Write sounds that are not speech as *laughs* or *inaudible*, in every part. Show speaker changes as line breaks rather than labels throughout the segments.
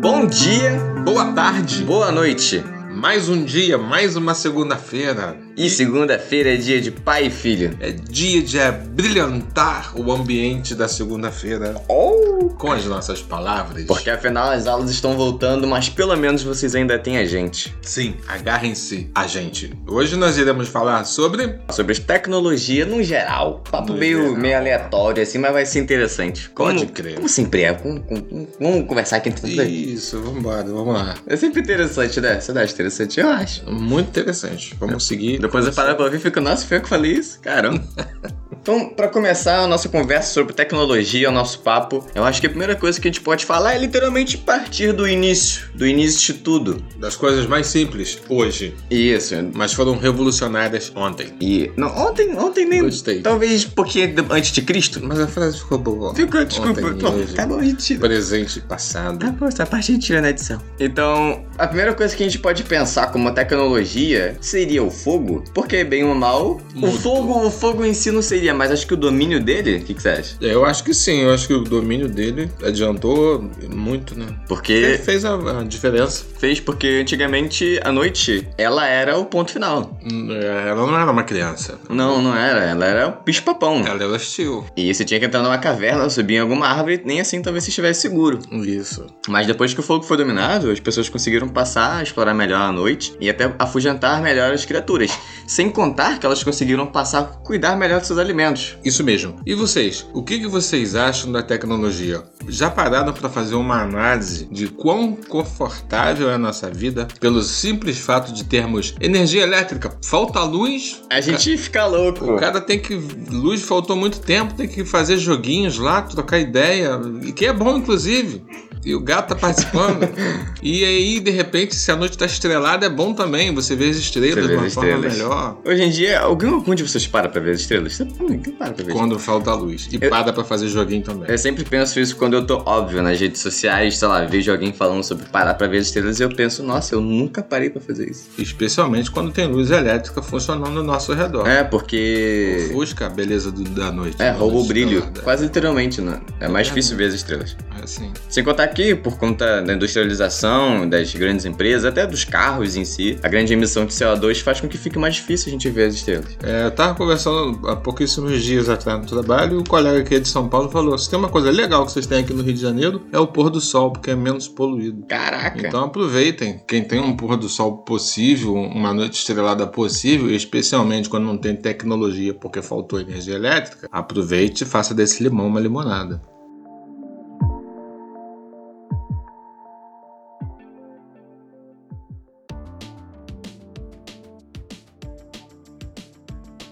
Bom dia, boa tarde, boa noite. Mais um dia, mais uma segunda-feira.
E segunda-feira é dia de pai e filho.
É dia de brilhantar o ambiente da segunda-feira
Oh!
com as nossas palavras.
Porque afinal as aulas estão voltando, mas pelo menos vocês ainda têm a gente.
Sim, agarrem-se a gente. Hoje nós iremos falar sobre.
Sobre tecnologia no geral. Papo
No
meio,
geral.
meio aleatório assim, mas vai ser interessante. Como-
Pode crer.
Como sempre é, como- como- vamos conversar aqui.
Isso, vambora, vamos lá.
É sempre interessante, né? Você não acha interessante? Eu acho.
Muito interessante. Vamos seguir.
Depois eu paro pra ouvir e fico, nossa, foi eu que falei isso? *laughs* Caramba. Então, pra começar a nossa conversa sobre tecnologia, o nosso papo, eu acho que a primeira coisa que a gente pode falar é literalmente partir do início, do início de tudo.
das coisas mais simples hoje,
Isso.
mas foram revolucionárias ontem.
E não, ontem, ontem nem,
Gostei.
talvez um pouquinho de- antes de Cristo.
Mas a frase ficou boa.
Ficou, desculpa.
Ontem e
Bom,
hoje.
tá bom, a gente tira.
Presente e
Tá
passado.
bom, essa parte a gente tira na edição. Então, a primeira coisa que a gente pode pensar como tecnologia seria o fogo, porque bem ou mal, o
Muito.
fogo, o fogo em si não seria, mas acho que o domínio dele, o que, que você acha?
É, Eu acho que sim, eu acho que o domínio dele adiantou muito, né? Ele
Porque
fez a, a diferença.
fez porque antigamente a noite ela era o ponto final.
Hum, é, Ela não era uma criança.
Não, não era, ela era o bicho-papão.
Ela era hostil.
E você tinha que entrar numa caverna, subir em alguma árvore, nem assim talvez você estivesse seguro.
Isso.
Mas depois que o fogo foi dominado, as pessoas conseguiram passar a explorar melhor a noite e até afugentar melhor as criaturas. Sem contar que elas conseguiram passar a cuidar melhor dos seus alimentos.
Isso mesmo. E vocês? O que, que vocês acham da tecnologia? Já pararam para fazer uma análise de quão confortável é a nossa vida pelo simples fato de termos energia elétrica? Falta luz?
A gente fica louco.
O cara tem que. Luz faltou muito tempo, tem que fazer joguinhos lá, trocar ideia. E que é bom, inclusive. E o gato
*laughs*
tá participando. e aí, de repente, se a noite tá estrelada, é bom também. Você vê as
Você
estrelas
vê
de uma
as
forma
estrelas.
melhor.
Hoje em dia, algum, algum de vocês para pra ver as estrelas? Você ninguém para pra ver.
Quando falta luz. E
Eu- É.
para pra fazer joguinho também.
Eu sempre penso isso quando eu tô, óbvio, nas redes sociais, sei lá, vejo alguém falando sobre parar pra ver as estrelas e eu penso, nossa, eu nunca parei pra fazer isso.
Especialmente quando tem luz elétrica funcionando ao nosso redor.
É, porque.
Ofusca a beleza do- da noite.
É,
da
rouba o
noite
brilho.
estrelada.
Quase literalmente, né? É mais
É,
difícil
né?
ver as estrelas.
É assim.
Sem contar que, por conta da industrialização, das grandes empresas, até dos carros em si, a grande emissão de CO2 faz com que fique mais difícil a gente ver as estrelas.
É, eu tava conversando há pouquíssimos dias atrás no trabalho e o colega aqui de São Paulo falou: se tem uma coisa legal que vocês têm aqui no Rio de Janeiro é o pôr do sol, porque é menos poluído.
Caraca!
Então aproveitem. Quem tem um pôr do sol possível, uma noite estrelada possível, especialmente quando não tem tecnologia porque faltou energia elétrica, aproveite e faça desse limão uma limonada.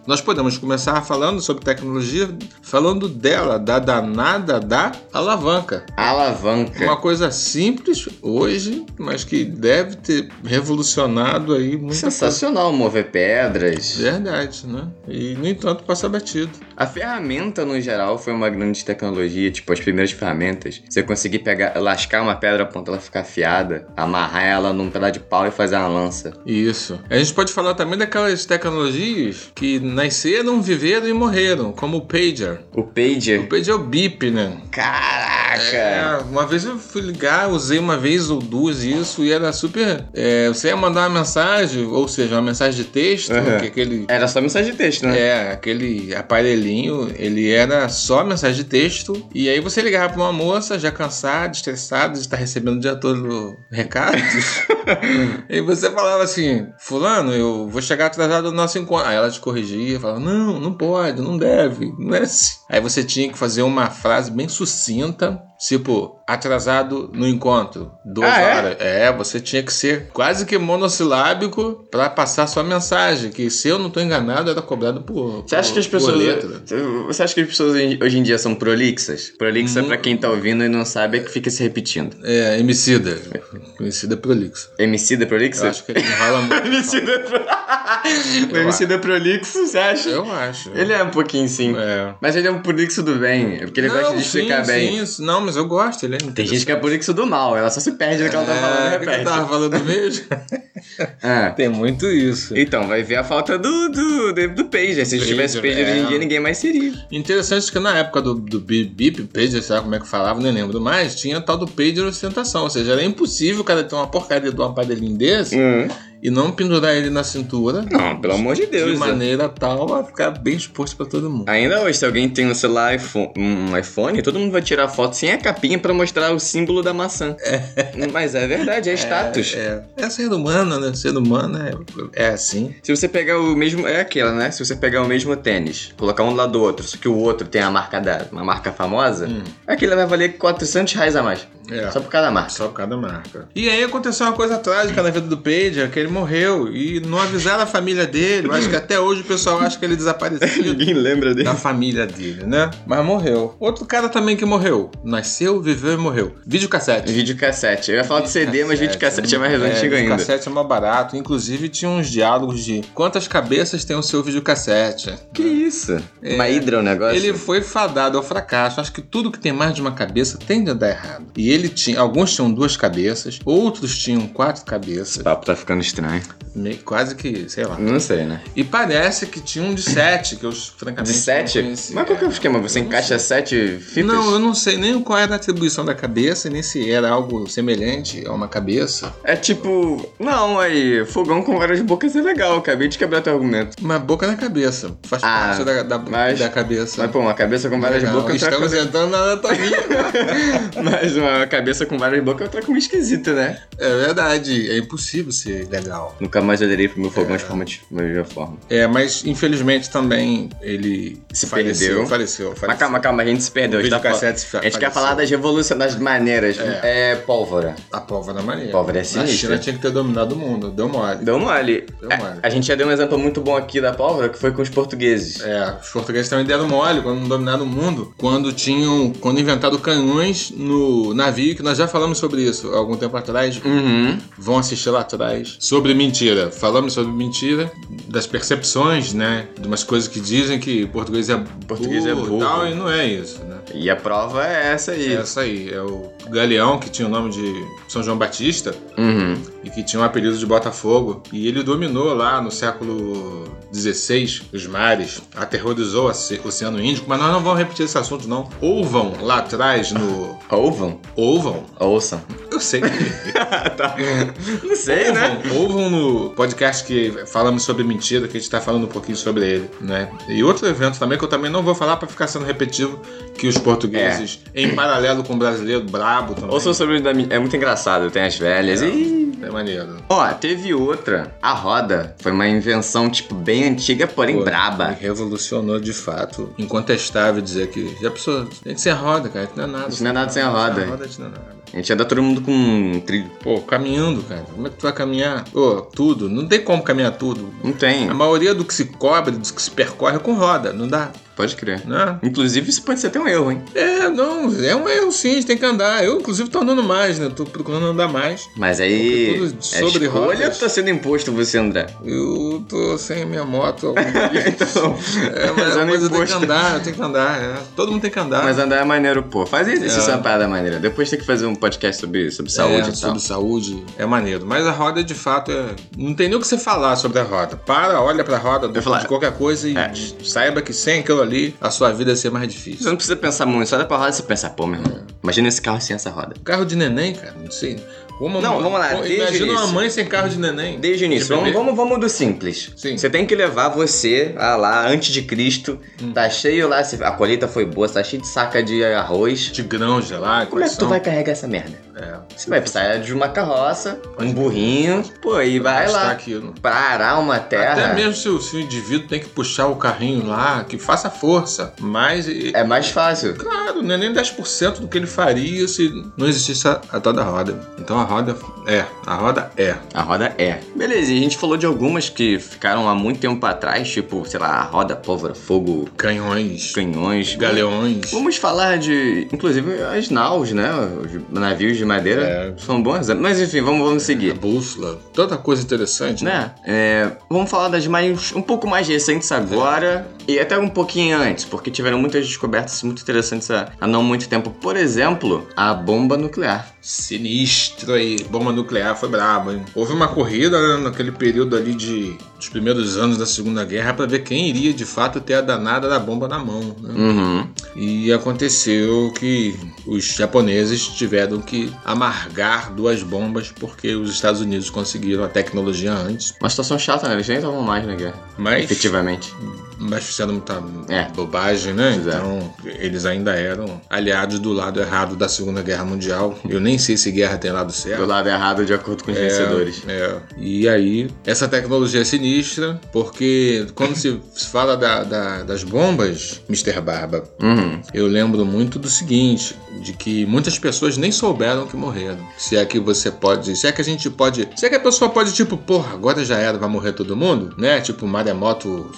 Nós podemos começar falando sobre tecnologia, falando dela, da danada da alavanca.
Alavanca.
Uma coisa simples hoje, mas que deve ter revolucionado aí muita coisa.
Sensacional mover pedras.
Verdade, né? E, no entanto, passa batido.
A ferramenta, no geral, foi uma grande tecnologia, tipo, as primeiras ferramentas. Você conseguir pegar, lascar uma pedra a ponto dela ficar afiada, amarrar ela num pedaço de pau e fazer uma lança.
Isso. A gente pode falar também daquelas tecnologias que nasceram, viveram e morreram, como o pager.
O
O
pager.
pager é o bip, né?
Caraca!
É, uma vez eu fui ligar, usei uma vez ou duas isso e era super. é, você ia mandar uma mensagem, ou seja, uma mensagem de texto,
Aham.
que aquele
Era só mensagem de texto, né?
É, aquele aparelhinho, ele era só mensagem de texto. E aí você ligava pra uma moça, já cansada, estressada, de estar recebendo o dia todo recados. e você falava assim: Fulano, eu vou chegar atrasado no nosso encontro. Aí ela te corrigia, falava: Não, não pode, não deve, não é assim. Aí você tinha que fazer uma frase bem sucinta. Tipo, atrasado no encontro, duas
Ah, é?
horas. É, você tinha que ser quase que monossilábico pra passar sua mensagem, que se eu não tô enganado, era cobrado por.
Você acha
por-
que as
por
pessoas.
letra.
Você acha que as pessoas hoje hoje em dia são prolixas? Prolixa,
Mu-
pra quem tá ouvindo e não sabe, é que fica se repetindo.
É, Emicida. Emicida prolixo.
MC da
Eu
prolixa? *laughs*
acho que ele enrola muito.
MC da
*laughs*
prolixo.
Eu
MC da prolixo, você acha?
eu acho.
Ele é um pouquinho sim.
é.
Mas ele é um prolixo do bem, é porque ele gosta de
sim,
explicar bem.
sim, isso- não, mas eu gosto, ele é
Tem gente que é prolixo do mal, ela só se perde no que ela tá falando e
É, o que tá. eu tava
repete.
falando mesmo?
É.
Tem muito isso.
Então, vai ver a falta do, do, do, do Pager. Se
Pager,
tivesse Pager hoje em
é.
dia, ninguém mais seria.
Interessante que na época do, do Bip Bip, Pager, sei lá como é que falava, nem lembro mais, tinha o tal do Pager ostentação. Ou seja, era impossível o cara ter uma porcaria de um aparelhinho desse e não pendurar ele na cintura
Hum. Não, pelo amor de Deus.
de
né?
maneira tal a ficar bem exposto pra todo mundo.
Ainda hoje, se alguém tem um celular iPhone, um iPhone, todo mundo vai tirar foto sem a capinha pra mostrar o símbolo da *laughs* maçã. Mas é verdade, é status.
É, é ser humano, né? Ser humano é, é assim.
Se você pegar o mesmo. É aquela, né? Se você pegar o mesmo tênis, colocar um do lado do outro, só que o outro tem a marca da. Uma marca famosa,
Hum.
aquele vai valer 400 reais a mais.
É.
Só por cada marca.
Só por cada marca. E aí aconteceu uma coisa trágica na vida do Pager, que ele morreu e não avisaram a família dele. Eu acho que até hoje o pessoal acha que ele desapareceu.
*laughs* *laughs* Ninguém lembra dele.
da família dele, né? Mas morreu. Outro cara também que morreu. Nasceu, viveu e morreu. Videocassete.
Videocassete. Eu ia falar de CD, mas videocassete é mais antigo ainda.
Videocassete é mais barato. Inclusive tinha uns diálogos de quantas cabeças tem o seu videocassete.
Que isso? Uma hidra o negócio?
Ele foi fadado ao fracasso. Acho que tudo que tem mais de uma cabeça tende a dar errado. E ele tinha. Alguns tinham duas cabeças, outros tinham quatro
Esse
cabeças.
papo tá ficando estranho.
Meio- quase que, sei lá.
Não sei, né?
E parece que tinha um de sete, que eu francamente.
É De sete?
Não conhecia.
Mas qual que é o esquema? Você
Eu não
encaixa sete fitas?
Não, eu não sei nem qual era a atribuição da cabeça, e nem se era algo semelhante a uma cabeça.
É tipo, não, aí, fogão com várias bocas é legal, acabei de quebrar teu argumento.
Uma boca na cabeça. Faz
Ah,
parte da, da,
mas-
da cabeça.
Mas pô, uma cabeça com várias
Legal,
bocas é outra
Estamos
coisa.
entrando na anatomia.
*laughs*
*laughs*
Mas uma cabeça com várias bocas é outra coisa esquisita, né?
é verdade, é impossível ser legal.
Nunca mais olharei pro meu fogão de forma de da mesma forma.
É, mas infelizmente também ele
Se
faleceu.
perdeu.
Faleceu, faleceu.
Mas calma, calma, a gente se perdeu. A gente, tá falando-
Videocassete fa-
a gente quer
faleceu.
falar das revoluções, das maneiras. É, pólvora.
A pólvora maneira.
Pólvora é
A
sinistra.
China tinha que ter dominado o mundo, deu mole.
Deu mole.
Deu mole.
A, a gente já deu um exemplo muito bom aqui da pólvora, que foi com os portugueses.
É, os portugueses também deram mole quando não dominaram o mundo, quando tinham, quando inventaram canhões no navio, que nós já falamos sobre isso há algum tempo atrás,
Uhum.
vão assistir lá atrás. Sobre mentira, falamos sobre mentira, das percepções, né, de umas coisas que dizem que português é burro,
Português é burro.
e tal, e não é isso, né.
E a prova é essa aí.
É essa aí, é o Galeão, que tinha o nome de São João Batista,
Uhum.
e que tinha um apelido de Botafogo. E ele dominou lá no século XVI os mares, aterrorizou o Oce- Oceano Índico, mas nós não vamos repetir esse assunto, não. Ouvam lá atrás no.
Ouvam?
Ouvam?
*laughs* Ouçam.
Eu sei que.
tá. Não sei, né?
Ouvam, ouvam no podcast que falamos sobre mentira, que a gente tá falando um pouquinho sobre ele, né? E outro evento também que eu também não vou falar pra ficar sendo repetitivo, que os portugueses, em paralelo com o brasileiro, brabo também.
Ouçam sobre o da minha. É muito engraçado, tem as velhas. E.
É maneiro.
Ó, teve outra. A roda. Foi uma invenção, tipo, bem antiga, porém
Pô,
braba.
ele Revolucionou de fato. Incontestável dizer que já precisou. Tem que ser roda, cara. que Não é nada.
A gente não é nada sem a roda.
Sem a roda, a gente não é nada.
A gente ia dar todo mundo com um trilho.
Pô, caminhando, cara. Como é que tu vai caminhar? Pô, tudo. Não tem como caminhar tudo.
Não tem.
A maioria do que se cobre, do que se percorre é com roda. Não dá,
Pode crer.
né?
Inclusive, isso pode ser até um erro, hein?
É, não. É um erro sim. A gente tem que andar. Eu, inclusive, tô andando mais, né? Tô procurando andar mais.
Mas aí.
Porque tudo
a
sobre
escolha
rodas.
tá sendo imposto você, André.
Eu tô sem a minha moto. há algum
*laughs*
dia.
Então.
É, mas,
Usando
mas eu tenho que
imposto.
andar, eu tenho que andar. é. Todo mundo tem que andar.
Mas andar é maneiro, pô. Faz exercício
É.
é uma parada maneira. Depois tem que fazer um podcast sobre, sobre saúde
É,
e tal.
sobre saúde. É maneiro. Mas a roda, de fato, é... não tem nem o que você falar sobre a roda. Para, olha pra roda
Eu falar.
de qualquer coisa e
É.
saiba que sem aquilo ali, a sua vida ia ser mais
Você
difícil.
não precisa pensar muito, só olha pra roda e você pensa, "Ah, pô, meu irmão, imagina esse carro sem essa roda.
Carro de neném, cara, não sei. Uma
Não, vamos lá,
Pô,
desde o
Imagina uma
início.
mãe sem carro de neném.
Desde o início,
De
vamos,
bebê.
vamos, vamos do simples.
Sim.
Você tem que levar você ah, lá, antes de Cristo, tá cheio lá, se- a colheita foi boa, tá cheio de saca de arroz.
De grão, gelado,
Como é que tu vai carregar essa merda?
É,
Você vai precisar de uma carroça, um burrinho, pô, e vai lá
Aquilo.
pra arar uma
Até
terra.
mesmo se o, se o indivíduo tem que puxar o carrinho lá, que faça força, mas... e-
É mais fácil.
Claro, não é nem 10% do que ele faria se não existisse a, a tal da roda. Então a roda é, a roda é.
A roda é. Beleza, e a gente falou de algumas que ficaram há muito tempo atrás, tipo, sei lá, a roda, pólvora, fogo,
Canhões,
canhões.
galeões.
Vamos falar de, inclusive, as naus, né? Os navios de madeira
É.
são bons exemplos. Mas enfim, vamos, vamos seguir.
Bússola. Tanta coisa interessante.
Né? É, vamos falar das mais um pouco mais recentes agora e até um pouquinho antes, porque tiveram muitas descobertas muito interessantes há, há não muito tempo. Por exemplo, a bomba nuclear.
Sinistro aí. Bomba nuclear foi braba, hein? Houve uma corrida né, naquele período ali de, dos primeiros anos da Segunda Guerra pra ver quem iria de fato ter a danada da bomba na mão. né?
Uhum.
E aconteceu que os japoneses tiveram que amargar duas bombas porque os Estados Unidos conseguiram a tecnologia antes,
Uma situação chata, né? Eles nem estavam mais na guerra.
mas,
Efetivamente.
mas fizeram muita
É.
bobagem, né?
Fizeram.
Então eles ainda eram aliados do lado errado da Segunda Guerra Mundial. Eu nem sei se guerra tem lado certo.
Do lado errado, de acordo com os vencedores.
É. E aí, essa tecnologia é sinistra, porque quando se fala da- da- das bombas, Mr. Barba,
*laughs* Uhum.
eu lembro muito do seguinte: de que muitas pessoas nem souberam que morreram. Se é que você pode. Se é que a gente pode. Se é que a pessoa pode, tipo, porra, agora já era, vai morrer todo mundo, né? Tipo, um maremoto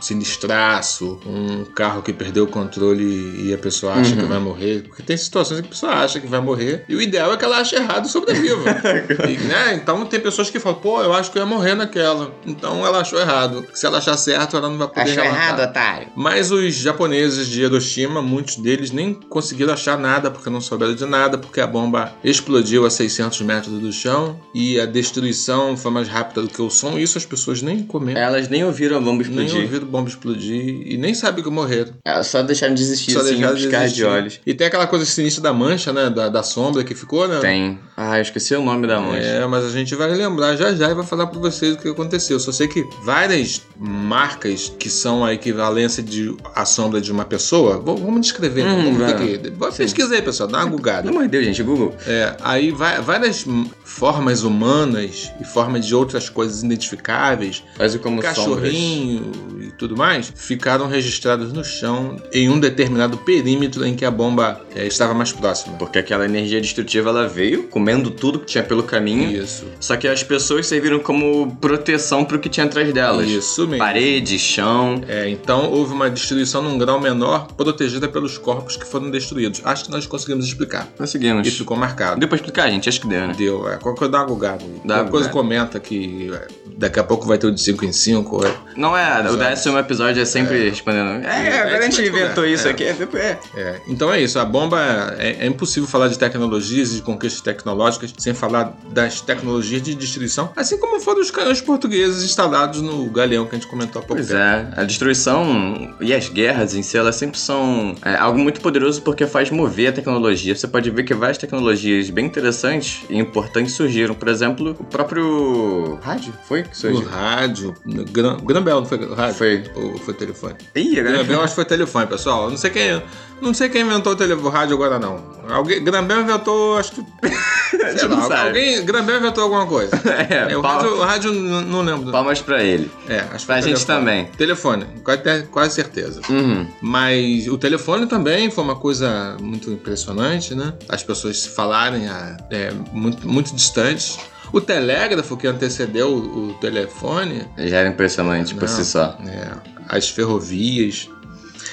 sinistraço, um carro que perdeu o controle e a pessoa acha
Uhum.
que vai morrer. Porque tem situações que a pessoa acha que vai morrer e o ideal é que ela ache errado e sobreviva.
*laughs*
E, né? Então tem pessoas que falam, pô, eu acho que eu ia morrer naquela. Então ela achou errado. Se ela achar certo, ela não vai poder
Achou
relatar.
errado, otário.
Mas os japoneses de Hiroshima, muitos deles nem conseguiram achar nada porque não souberam de nada, porque a bomba explodiu a 600 metros do chão e a destruição foi mais rápida do que o som. Isso as pessoas nem comentam,
Elas nem ouviram a bomba
nem
É, explodir.
ouviram bomba explodir e nem sabem que morreram.
Elas Só deixaram de existir,
Só
assim,
deixaram
um
de
piscar de
existir.
olhos.
E tem aquela coisa sinistra da mancha, né? Da, da sombra que ficou, né?
Tem. Ah, eu esqueci o nome da mãe.
É, mas a gente vai lembrar já já e vai falar pra vocês o que aconteceu. Só sei que várias marcas que são a equivalência de a sombra de uma pessoa, v- vamos descrever, né?
Hum,
vamos
vai.
ter que- vai- Pesquisa aí, pessoal, dá uma
Pelo *laughs*
gugada.
amor de Deus, gente, Google.
É, aí vai- várias hum, formas humanas e formas de outras coisas identificáveis,
Quase como sombras.
cachorrinho e tudo mais, ficaram registrados no chão em um determinado perímetro em que a bomba é, estava mais próxima.
Porque aquela energia destrutiva ela veio comendo tudo que tinha pelo caminho.
Isso.
Só que as pessoas serviram como proteção pro que tinha atrás delas.
Isso mesmo.
Parede, chão.
É, então houve uma destruição num grau menor, protegida pelos corpos que foram destruídos. Acho que nós conseguimos explicar.
Conseguimos.
Isso ficou marcado.
Deu pra explicar, gente? Acho que deu, né?
Deu, é. Qualquer coisa dá uma gugada.
Dá
Qualquer
gugada.
coisa comenta que é, daqui a pouco vai ter o de 5 em 5.
Não é, o
Exato.
décimo episódio é sempre respondendo. É, agora a gente inventou isso aqui. É.
É, então é isso, a bomba é, é impossível falar de tecnologias e de conquistas tecnológicas sem falar das tecnologias de destruição, assim como foram os canhões portugueses instalados no galeão que a gente comentou há pouco
Pois
tempo.
é, a destruição e as guerras em si, elas sempre são é, algo muito poderoso porque faz mover a tecnologia. Você pode ver que várias tecnologias bem interessantes e importantes surgiram. Por exemplo, o próprio rádio foi que
O
surgiu.
rádio, no Gran- Grambel, não foi o rádio?
Foi.
Ou foi o telefone?
Ih, agora
Grambel acho que foi telefone, pessoal. Eu Não sei quem, não sei quem inventou o tele- o rádio agora, não. Alguém, Grambel inventou, acho que.
*laughs* a
Sei
gente não
lá,
sabe.
alguém, Grambel inventou alguma coisa.
*laughs* É,
É, o,
pal-
rádio, o rádio n- não lembro.
palmas pra ele.
É, acho que
Pra
foi
gente
telefone.
também.
Telefone, quase, te- quase certeza.
Uhum.
Mas o telefone também foi uma coisa muito impressionante, né? As pessoas se falarem ah, é, muito, muito distantes. O telégrafo que antecedeu o o telefone
Já era impressionante por
Não.
si só.
é, as ferrovias.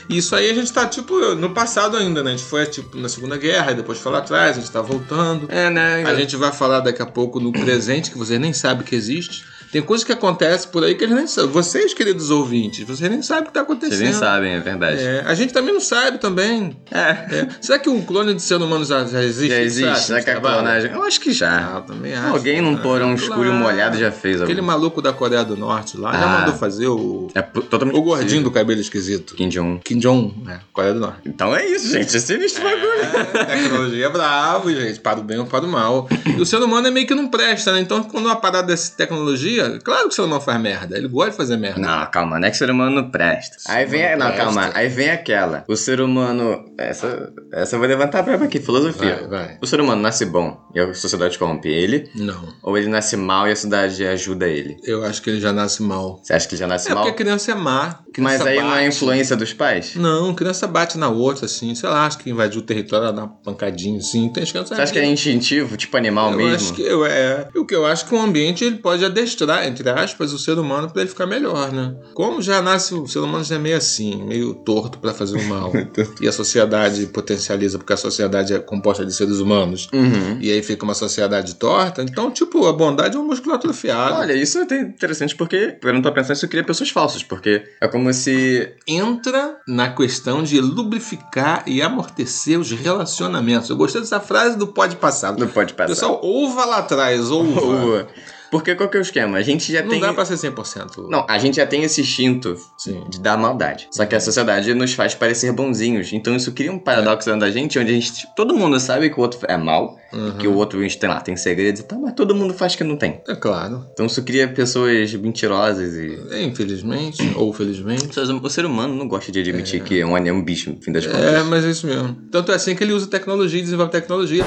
E Isso aí a gente tá, tipo, no passado ainda, né? A gente foi, tipo, na Segunda Guerra, e depois foi lá atrás, a gente tá voltando.
É, né?
A gente vai falar daqui a pouco no presente, que você nem sabe que existe. Tem coisa que acontece por aí que eles nem sabem. Vocês, queridos ouvintes, vocês nem sabem o que tá acontecendo.
Vocês nem sabem, é verdade.
É, a gente também não sabe também.
É.
É. Será que um clone de ser humano já, já existe?
Já
Você
existe,
acha,
será que a
Gustavo?
clonagem? Eu acho que já.
Ah, eu também acho.
Alguém num
Ah,
porão escuro e
claro.
molhado já fez
Aquele
alguma
maluco da Coreia do Norte lá já
Ah.
mandou fazer o...
É po- totalmente
O gordinho
possível.
do cabelo esquisito.
Kim Jong.
Kim Jong, né? Coreia do Norte.
Então é isso, gente. É sinistro o bagulho.
tecnologia é bravo, gente. Para o bem ou para o mal. E o ser humano é meio que não presta, né? Então, quando uma parada dessa tecnologia, claro que o ser humano faz merda. Ele gosta de fazer merda.
Não, calma, não é que o ser humano não presta. Aí vem,
Não
não,
presta.
calma, aí vem aquela. O ser humano. Essa, essa eu vou levantar a braba aqui, filosofia.
Vai, vai.
O ser humano nasce bom e a sociedade corrompe ele,
Não.
ou ele nasce mal e a sociedade ajuda ele?
Eu acho que ele já nasce mal.
Você acha que ele já nasce
É
mal?
porque a criança é má.
Mas
criança
aí não é
bate.
influência dos pais?
Não, criança bate na outra, assim. Sei lá, acho que invadiu o território, ela dá uma pancadinha, assim. Tem as crianças...
Você acha que é instintivo, é tipo animal
eu
mesmo?
acho que eu, é. O que eu acho que o ambiente ele pode estudar, entre aspas, o ser humano para ele ficar melhor, né? Como já nasce o ser humano já é meio assim, meio torto para fazer o
*laughs*
mal. e a sociedade potencializa, porque a sociedade é composta de seres humanos.
Uhum.
E aí fica uma sociedade torta. Então, tipo, a bondade é um músculo atrofiado.
Olha, isso é até interessante porque, parando pra pensar, isso cria pessoas falsas, porque é como se.
entra na questão de lubrificar e amortecer os relacionamentos. Eu gostei dessa frase do pode passado.
Não pode passar.
Pessoal, ouva lá atrás, ouva.
Boa. Porque qual que é o esquema? A gente já
Não
tem.
dá pra ser 100%.
Não, a gente já tem esse instinto
Sim.
de dar maldade. Só que a sociedade nos faz parecer bonzinhos. Então isso cria um paradoxo dentro da gente, onde a gente. Todo mundo sabe que o outro é mal,
Uhum.
que o outro tem lá, tem segredos e tal, mas todo mundo faz que não tem.
É claro.
Então isso cria pessoas mentirosas e.
É, Infelizmente, ou felizmente.
Pessoas- O ser humano não gosta de admitir que é um, é um bicho, no fim das contas.
É, mas é isso mesmo. Tanto é assim que ele usa tecnologia e desenvolve tecnologia.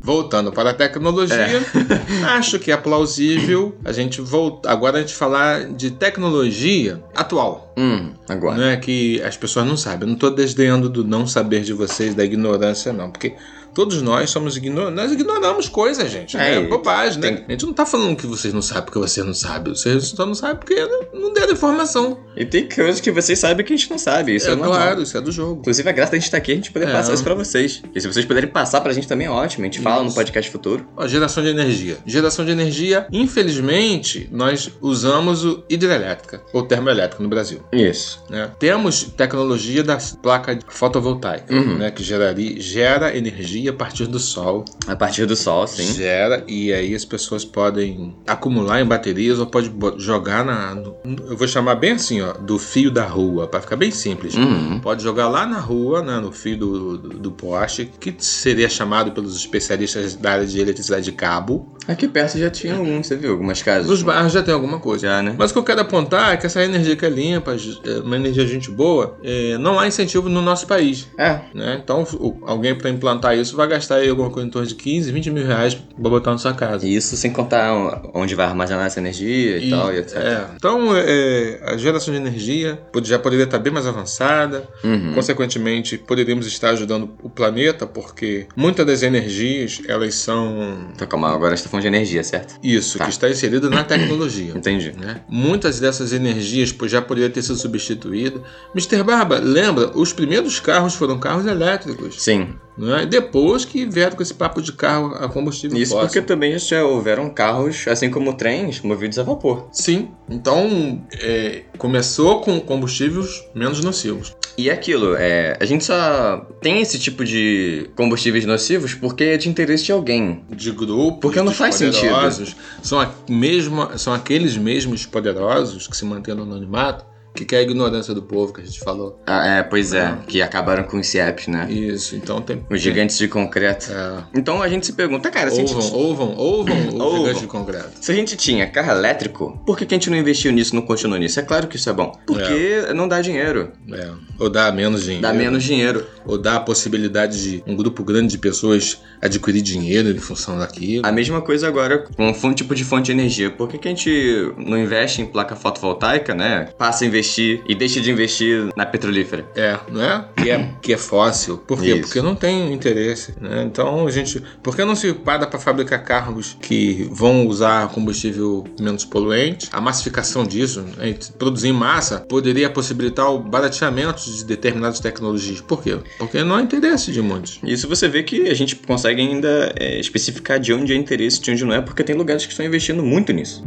Voltando para a tecnologia, *laughs* acho que é plausível a gente voltar. Agora a gente falar de tecnologia atual.
Hum, agora.
Não é que as pessoas não sabem. Eu não estou desdenhando do não saber de vocês, da ignorância, não. Porque todos nós somos ignorantes. Nós ignoramos coisas, gente.
É,
né? É, bobagem, né?
tem-
A gente não tá falando que vocês não sabem porque você não sabe. Vocês só não sabem porque não não deram informação.
E tem coisas que vocês sabem que a gente não sabe. Isso é,
é
normal.
claro, isso é do jogo.
Inclusive, a graça da gente estar aqui é a gente poder
É.
passar isso pra vocês. E se vocês puderem passar pra gente também é ótimo. A gente fala no
Isso.
podcast futuro.
Ó, geração de energia. Geração de energia, infelizmente, nós usamos o hidrelétrica ou termoelétrica no Brasil.
Isso.
né? Temos tecnologia da placa fotovoltaica,
Uhum.
né, que geraria, gera energia a partir do sol.
A partir do sol, sim.
Gera, e aí as pessoas podem acumular em baterias ou pode bo- jogar na. no- eu vou chamar bem assim, ó, do fio da rua, pra ficar bem simples.
Uhum.
Pode jogar lá na rua, né, no fio do, do, do poste, que seria chamado pelos especialistas da área de eletricidade de cabo.
Aqui perto já tinha algum, você viu? Algumas casas.
Nos bairros já tem alguma coisa.
Já, né?
Mas o que eu quero apontar é que essa energia que é limpa, é uma energia de gente boa, é, não há incentivo no nosso país.
É.
né? Então, o- alguém para implantar isso vai gastar aí alguma coisa em torno de 15, 20 mil reais pra botar na sua casa.
E isso sem contar onde vai armazenar essa energia e,
E-
tal, e etc.
é. Então, é, a geração de energia pod- já poderia estar bem mais avançada.
Uhum.
Consequentemente, poderíamos estar ajudando o planeta, porque muitas das energias, elas são
Então, calma, agora a gente tá falando de energia, certo?
isso,
Tá.
que está inserido na tecnologia.
Entendi.
né? Muitas dessas energias pô, já poderiam ter sido substituídas. Mr. Barba, lembra? Os primeiros carros foram carros elétricos.
Sim.
né? Depois que vieram com esse papo de carro a combustível
Isso
fóssil.
porque também já houveram carros, assim como trens, movidos a vapor.
Sim. Então, é, começou com combustíveis menos nocivos.
E é aquilo, é, a gente só tem esse tipo de combustíveis nocivos porque é de interesse de alguém.
De grupo.
Porque não
dos
faz sentido.
poderosos. São, a mesma, são aqueles mesmos poderosos que se mantêm no anonimato que quer a ignorância do povo que a gente falou.
Ah, é, pois é,
Ah.
que acabaram com os CIEPs, né?
Isso. Então tem.
Os gigantes de concreto.
É,
Então a gente se pergunta, cara, se a,
ouvam,
gente,
ouvam, ouvam o
Ouvam.
gigante de concreto.
se a gente tinha carro elétrico, por que, que a gente não investiu nisso, não continuou nisso? É claro que isso é bom. Porque não dá dinheiro,
É. Ou dá menos dinheiro.
dá menos dinheiro.
Ou dá a possibilidade de um grupo grande de pessoas adquirir dinheiro em função daquilo.
A mesma coisa agora com um tipo de fonte de energia. Por que, que a gente não investe em placa fotovoltaica, né? Passa a investir e deixa de investir na petrolífera.
É, né? Que é, que é fóssil. Por quê?
Isso.
Porque não tem interesse. Né? Então a gente. Por que não se para para fabricar carros que vão usar combustível menos poluente? A massificação disso, né? E produzir em massa, poderia possibilitar o barateamento de determinadas tecnologias. Por quê? Porque não há interesse de muitos.
Isso você vê que a gente consegue ainda é, especificar de onde é interesse e de onde não é, porque tem lugares que estão investindo muito nisso.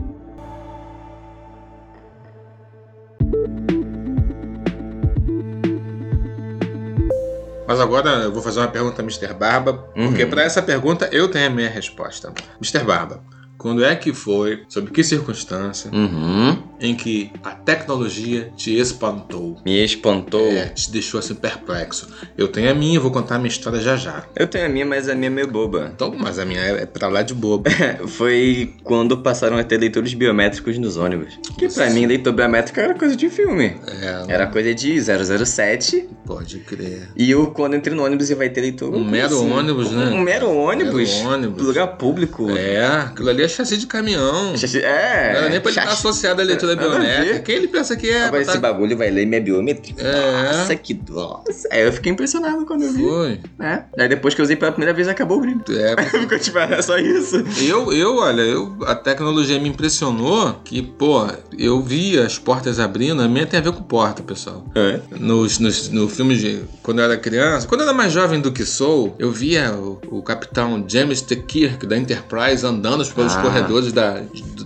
Mas agora eu vou fazer uma pergunta a Mr. Barba, porque
Uhum.
para essa pergunta eu tenho a minha resposta. Mr. Barba, quando é que foi, sob que circunstância,
Uhum.
em que a tecnologia te espantou?
Me espantou.
É, te deixou assim perplexo. Eu tenho a minha, eu vou contar a minha história já já.
Eu tenho a minha, mas a minha é meio boba. É,
Então, mas a minha é é pra lá de *laughs* boba.
Foi quando passaram a ter leitores biométricos nos ônibus. Que pra mim, leitor biométrico era coisa de filme.
É,
Era coisa de 007.
pode crer.
E eu, quando entrei no ônibus e vai ter leitor.
Um mero
assim,
ônibus, né?
Um mero ônibus.
Mero ônibus.
Lugar público.
É, aquilo ali é chassi é, de caminhão.
Chassi- É.
Não era nem pra ele estar
chassi-
associado à leitura da
Nada a
biométrica.
ver.
Quem ele pensa que é?
Agora esse
Tá-
bagulho vai ler minha biometria.
É.
Nossa, que dó. Aí eu fiquei impressionado quando eu vi.
Foi.
né? Aí depois que eu usei pela primeira vez, acabou o brilho.
É,
*laughs* Ficou tipo, é só isso.
Eu, eu, olha, eu, a tecnologia me impressionou que, pô, eu vi as portas abrindo, a minha tem a ver com porta, pessoal.
É.
Nos, nos, no filme de quando eu era criança, quando eu era mais jovem do que sou, eu via o, o capitão James T. Kirk da Enterprise andando pelos
Ah.
corredores da,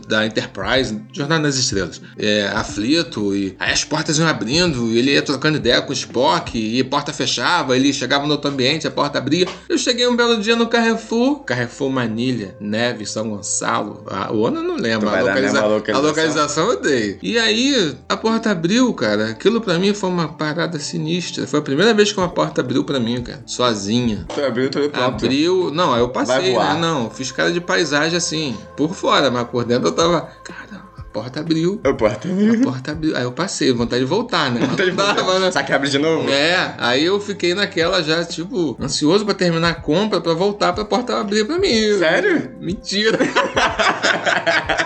da Enterprise, Jornada nas Estrelas, é, aflito, e aí as portas iam abrindo, e ele ia trocando ideia com o Spock, e a porta fechava, ele chegava no outro ambiente, a porta abria. Eu cheguei um belo dia no Carrefour, Carrefour Manilha, Neves, São Gonçalo, a, o ano eu não lembro,
Tu Então vai dar
a
né? a
localiza-
mesma
a
localização?
localização localização eu dei. E aí, a porta abriu, cara. Aquilo pra mim foi uma parada sinistra. Foi a primeira vez que uma porta abriu pra mim, cara. Sozinha.
Tu abriu, tu abriu, pronto.
Abriu. Não, aí eu
Vai
passei,
voar.
né? Não, fiz cara de paisagem assim, por fora, mas por dentro eu tava. Caramba, a porta abriu.
Eu porto. *laughs*
A porta abriu. Aí eu passei, vontade de voltar, né? Mas
Tá de
não dava, né?
Será que abre de novo?
É, aí eu fiquei naquela já, tipo, ansioso pra terminar a compra, pra voltar pra porta abrir pra mim.
Sério?
Mentira. *laughs*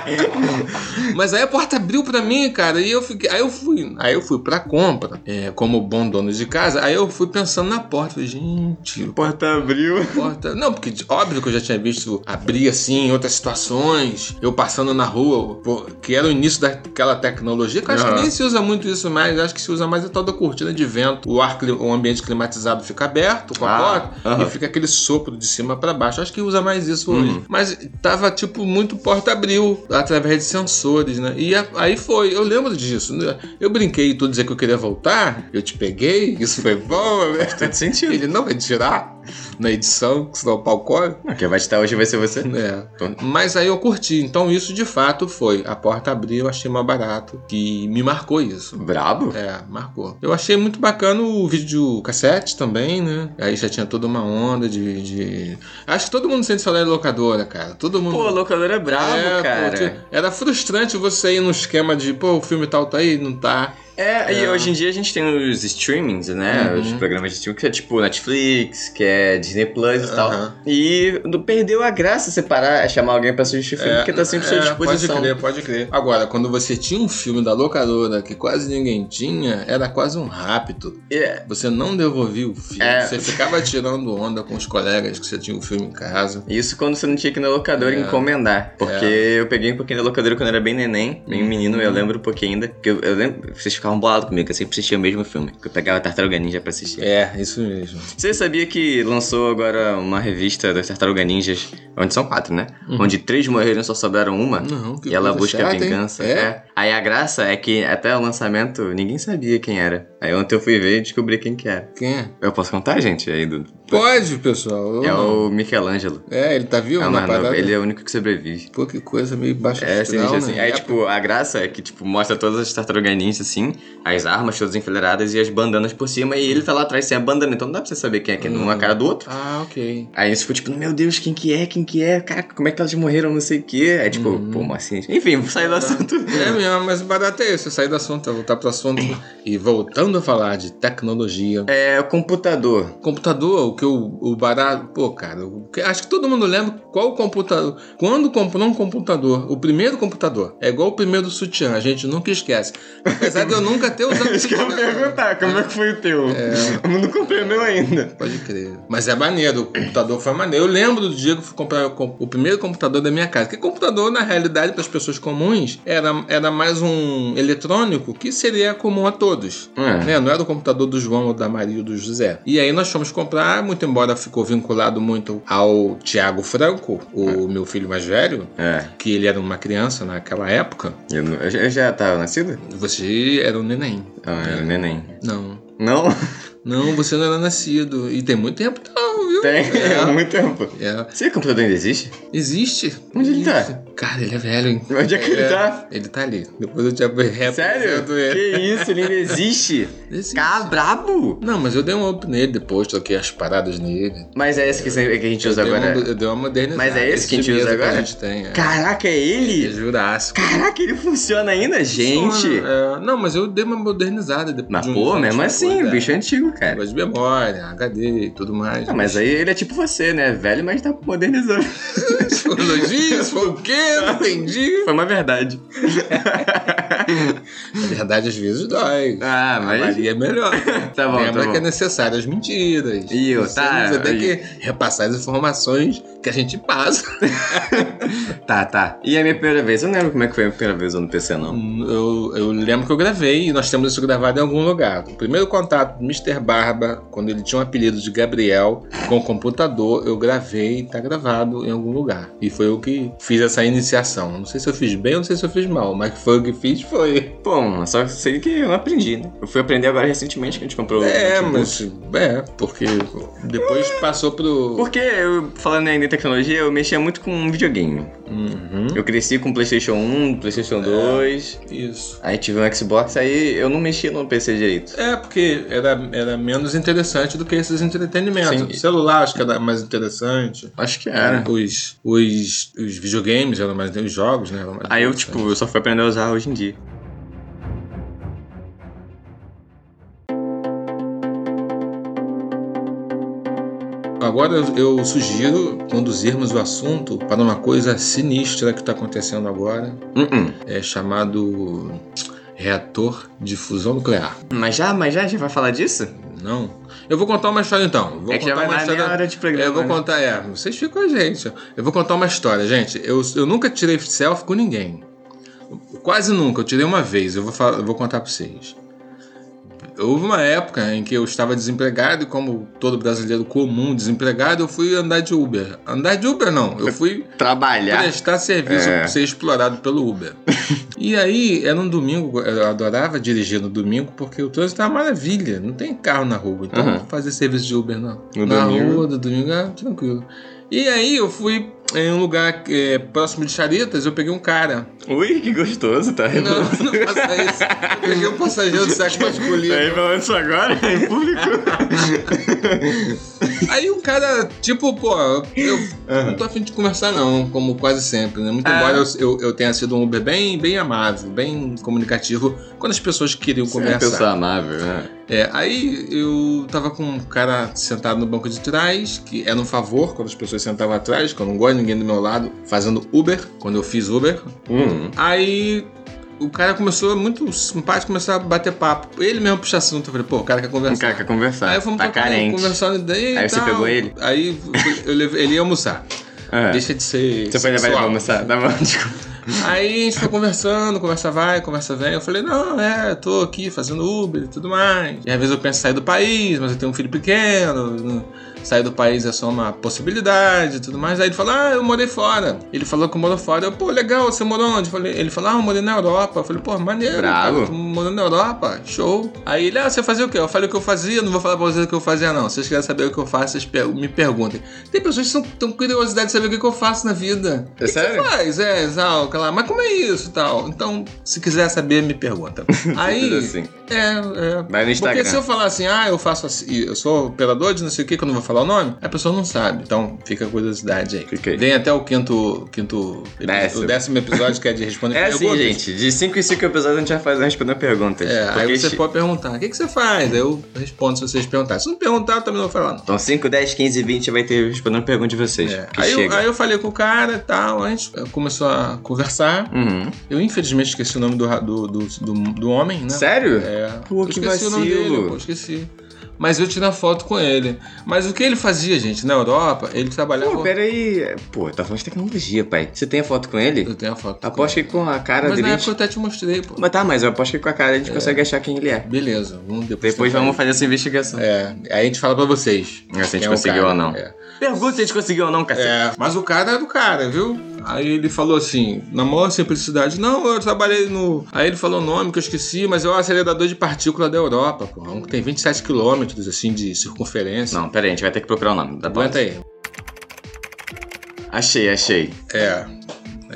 Mas aí a porta abriu pra mim, cara, e eu fiquei, aí eu fui, aí eu fui pra compra, é, como bom dono de casa, aí eu fui pensando na porta, falei, gente,
A porta abriu.
porta, não, porque de- óbvio que eu já tinha visto abrir assim em outras situações, eu passando na rua, pô, que era o início daquela tecnologia, que eu acho que
Aham.
nem se usa muito isso mais, eu acho que se usa mais a tal da cortina de vento, o ar, cli- o ambiente climatizado fica aberto com a
Ah,
porta,
aham.
e fica aquele sopro de cima pra baixo. Acho que usa mais isso
Uhum.
hoje. Mas tava tipo muito porta-abril através de sensores, né? E a- aí foi, eu lembro disso. né? Eu brinquei e tu dizer que eu queria voltar, eu te peguei, isso foi bom, né?
Todo sentido.
*laughs* Ele não vai tirar na edição, que senão o pau corre.
Quem vai estar hoje vai ser você.
É. Mas aí eu curti. Então isso de fato foi. A porta abriu, eu achei mais barato. Que me marcou isso.
Brabo?
É, marcou. Eu achei muito bacana o vídeo cassete também, né? Aí já tinha toda uma onda de. de- Acho que todo mundo sente saudade de locadora, cara. Todo mundo.
Pô, locador é brabo,
É, pô,
cara.
tinha- era frustrante você ir no esquema de, pô, o filme tal tá aí, não tá.
É, e
É.
hoje em dia a gente tem os streamings, né?
Uhum.
Os programas de streaming que é tipo Netflix, que é Disney Plus e tal.
Aham.
E não perdeu a graça separar, é chamar alguém pra assistir filme, porque tá sempre à sua
é,
disposição.
Pode crer, pode crer. Agora, quando você tinha um filme da locadora que quase ninguém tinha, era quase um rapto.
É,
Você não devolvia o filme.
É.
Você ficava tirando onda com os colegas que você tinha o filme em casa.
Isso quando você não tinha que ir na locadora
É.
encomendar. Porque eu peguei um pouquinho da locadora quando eu era bem neném, bem
Uhum.
menino, eu lembro um pouquinho ainda. Porque eu, eu lembro, vocês ficavam bolados comigo, que eu sempre assistia o mesmo filme. Que eu pegava Tartaruga Ninja pra assistir.
É, isso mesmo.
Você sabia que lançou agora uma revista das Tartaruga Ninjas, onde são quatro, né?
Uhum. Ah,
Onde três morreram e só sobraram uma.
Não, que
E ela
coisa
busca
chata,
a
hein?
vingança.
É?
é. Aí a graça é que até o lançamento ninguém sabia quem era. Aí ontem eu fui ver e descobri quem que era.
Quem é?
Eu posso contar, gente? Aí do...
Pode, pessoal.
É
Eu não-
o Michelangelo.
É, ele tá vivo
É o
na
mais novo.
parada?
Ele é o único que sobrevive.
Pô, que coisa meio baixa
É, assim,
astral,
assim.
né?
Aí,
É,
tipo, a graça é que, tipo, mostra todas as tartarugas ninjas, assim, as armas todas enfileiradas e as bandanas por cima, e ele tá lá atrás sem a bandana, então não dá pra você saber quem é quem,
Hum.
uma cara do outro.
Ah, ok.
Aí você ficou tipo, meu Deus, quem que é, quem que é, caraca, como é que elas morreram, não sei o quê. Aí, tipo,
Uhum.
pô, mas assim, enfim, saiu do assunto.
É mesmo, mas o barato é isso, sair do assunto, voltar pro assunto. E voltando a falar de tecnologia.
É, o computador. *laughs*
Computador, o que o, o barato. Pô, cara, o que- acho que todo mundo lembra qual o computador. Quando comprou um computador, o primeiro computador, é igual o primeiro sutiã, a gente nunca esquece. Apesar de eu nunca
*laughs*
ter usado
Isso que é eu ia perguntar, como é que foi o teu?
É.
Eu não comprei o meu ainda.
Pode crer. Mas é maneiro, o computador foi maneiro. Eu lembro do dia que eu fui comprar o com- o primeiro computador da minha casa. Que computador, na realidade, para as pessoas comuns, era, era mais um eletrônico que seria comum a todos.
É.
Né? Não era o computador do João, ou da Maria ou do José. E aí nós fomos comprar, muito embora ficou vinculado muito ao Tiago Franco, o meu filho mais velho,
É,
que ele era uma criança naquela época.
eu, não- eu já- eu já tava nascido?
Você era um neném.
Ah, eu era
É.
neném.
Não.
Não?
Não, você não era nascido. E tem muito tempo, não, viu?
Tem, *laughs*
É.
há muito tempo.
É,
Será que o computador ainda existe?
Existe.
Onde ele tá?
Existe. Cara, ele é velho, hein?
Onde é que ele tá?
Ele tá ali. Depois É, eu te represento
Sério?
ele.
Que isso, ele ainda existe?
Existe.
Cara, brabo!
Não, mas eu dei um up nele depois, troquei as paradas nele.
Mas é esse que, sempre- que a gente
Eu
usa
dei,
agora?
uma, eu dei uma modernidade.
Mas é esse que a gente
de
usa
mesa que
agora?
a gente tem, é.
Caraca, é
É
ele?
Jurássico.
Caraca, ele funciona ainda, gente?
É, não, mas eu dei uma modernizada depois.
Mas
de um-
pô,
de
mesmo
uma
assim,
coisa,
o bicho é antigo,
é.
cara.
Negócio de memória, HD e tudo mais.
Ah, mas aí ele é tipo você, né? Velho, mas tá modernizando. *laughs*
Isso *laughs* foi um elogio? Isso foi o quê? Não entendi.
Foi uma verdade.
Na verdade, às vezes dói.
Ah,
A
mas.
Maria é melhor.
*laughs* Tá bom,
Lembra
tá bom.
que é necessário as mentiras.
Ih,
Nós
tá,
temos até
aí.
que repassar as informações que a gente passa.
Tá, tá. E a minha primeira vez? Eu não lembro como é que foi a minha primeira vez no PC, não.
Eu, eu lembro que eu gravei e nós temos isso gravado em algum lugar. O primeiro contato do Mr. Barba, quando ele tinha o apelido de Gabriel, com o computador, eu gravei e tá gravado em algum lugar. E foi eu que fiz essa iniciação. Não sei se eu fiz bem ou não sei se eu fiz mal, mas foi o que fiz, foi.
Bom, só sei que eu não aprendi, né? Eu fui aprender agora recentemente que a gente comprou. o
É,
notebook.
mas. É, porque depois passou pro.
Porque, eu, falando ainda em tecnologia, eu mexia muito com videogame.
Uhum.
Eu cresci com PlayStation 1,
É.
PlayStation 2,
Isso.
aí tive um Xbox, aí eu não mexia no PC direito.
É, porque era, era menos interessante do que esses entretenimentos.
Sim.
O celular acho que era mais interessante.
Acho que era.
Os, os, os videogames eram mais os jogos, né? eram mais
Aí eu, tipo,
interessantes.
eu só fui aprender a usar hoje em dia.
Agora eu eu sugiro conduzirmos o assunto para uma coisa sinistra que está acontecendo agora.
Hum, hum.
É chamado reator de fusão nuclear.
Mas já, mas já, já vai falar disso?
Não? Eu vou contar uma história então. Vou
é que já vai
contar uma
dar
história...
meia hora de programa.
Eu vou
né?
contar, é, vocês ficam com a gente. Eu vou contar uma história, gente. Eu, eu nunca tirei selfie com ninguém. Quase nunca, eu tirei uma vez, eu vou, falar- eu vou contar pra vocês. Houve uma época em que eu estava desempregado e, como todo brasileiro comum desempregado, eu fui andar de Uber. Andar de Uber não, eu fui
Trabalhar.
prestar serviço
É.
pra ser explorado pelo Uber. e aí, era um domingo, eu adorava dirigir no domingo porque o trânsito é uma maravilha, não tem carro na rua, então
Aham.
fazer serviço de Uber não.
No
na
domingo.
rua, do domingo, é tranquilo. E aí, eu fui em um lugar é, próximo de Charitas, eu peguei
*laughs*
um cara.
Ui, que gostoso, tá?
Não, não faça isso. Eu peguei um passageiro de sexo masculino.
Tá aí falando isso agora, em público.
Aí o cara, tipo, pô, eu não
Aham.
tô afim de conversar, não, como quase sempre, né? Muito
Ah.
embora eu, eu, eu tenha sido um Uber bem, bem amável, bem comunicativo, quando as pessoas queriam
Você é uma
conversar.
pessoa amável, né?
É, aí eu tava com um cara sentado no banco de trás, que era um favor quando as pessoas sentavam atrás, que eu não gosto de ninguém do meu lado, fazendo Uber, quando eu fiz Uber. Uhum.
Hum.
Aí o cara começou, muito simpático, começou a bater papo. Ele mesmo puxa assunto, eu falei, pô, o cara quer
Um
conversar.
cara quer conversar.
Aí fomos
tá
trocar-
carente.
conversando daí. e
Aí você
tal.
pegou ele?
Aí eu levei- ele ia almoçar.
Ah.
Deixa de ser.
Você foi levar ele pra
sexual.
almoçar? Tá bom, *laughs* desculpa.
Aí a gente foi conversando, conversa vai, conversa vem. Eu falei, não, é, tô aqui fazendo Uber e tudo mais. E às vezes eu penso em sair do país, mas eu tenho um filho pequeno. não- Sair do país é só uma possibilidade e tudo mais. Aí ele falou, ah, eu morei fora. Ele falou que morou fora. Eu, pô, legal, você morou onde? Eu falei, ele falou, ah, eu morei na Europa. Eu falei, pô, maneiro.
Bravo.
cara, tu morou na Europa, show. Aí ele, ah, você fazia o quê? Eu falei o que eu fazia, não vou falar pra vocês o que eu fazia, não. Se vocês querem saber o que eu faço, vocês per- me perguntem. Tem pessoas que são- tão com curiosidade de saber o que que eu faço na vida.
É sério?
Mas é, Zal, lá, mas como é isso e tal? Então, se quiser saber, me pergunta. Aí.
*laughs* Tudo assim.
É, é.
Vai no Instagram.
Porque se eu falar assim, ah, eu faço assim, eu sou operador de não sei o que, que eu não vou falar o nome, a pessoa não sabe. Então, fica a curiosidade aí.
Fica aí.
Vem até o quinto. quinto epi-
Décimo.
O décimo episódio que é de responder
*laughs* É assim,
perguntas.
gente. De 5 em 5 episódios a gente vai fazer respondendo perguntas.
É, aí
Porque
você
chi-
pode perguntar, o que, que você faz? Aí eu respondo se vocês perguntarem. Se não perguntar, eu também não vou falar. não.
Então 5, 10, 15, 20 vai ter respondendo pergunta de vocês.
É.
Que
Aí, eu,
chega.
aí eu falei com o cara e tal, a gente eh, começou a conversar.
Uhum.
Eu infelizmente esqueci o nome do, ra- do, do, do, do homem, né?
Sério?
É.
Pô,
Eu
que
esqueci o nome
vacilo.
dele, pô, esqueci. Mas eu tirei uma foto com ele. Mas o que ele fazia, gente, na Europa, ele trabalhava.
Pô, peraí. Pô, tá falando de tecnologia, pai. Você tem a foto com ele?
eu tenho a foto.
Aposto que com a cara
Mas
dele.
na
a
época eu
gente-
até te mostrei, pô.
Mas tá, mas eu aposto que com a cara a gente consegue achar quem ele é.
Beleza, vamos depois.
Depois vamos fazer essa investigação.
É, aí a gente fala pra vocês.
É, se a gente
quem é o
conseguiu
cara.
ou não.
É.
Pergunta se a gente conseguiu ou não, cacete.
É, mas o cara é do cara, viu? Aí ele falou assim, na maior simplicidade, não, eu trabalhei no. Aí ele falou o nome que eu esqueci, mas é o acelerador de partícula da Europa, pô. Um que tem 27 quilômetros, assim, de circunferência.
É. Não, peraí, a gente vai ter que procurar o nome. tá Dá
Aguenta aí.
Achei, achei.
É.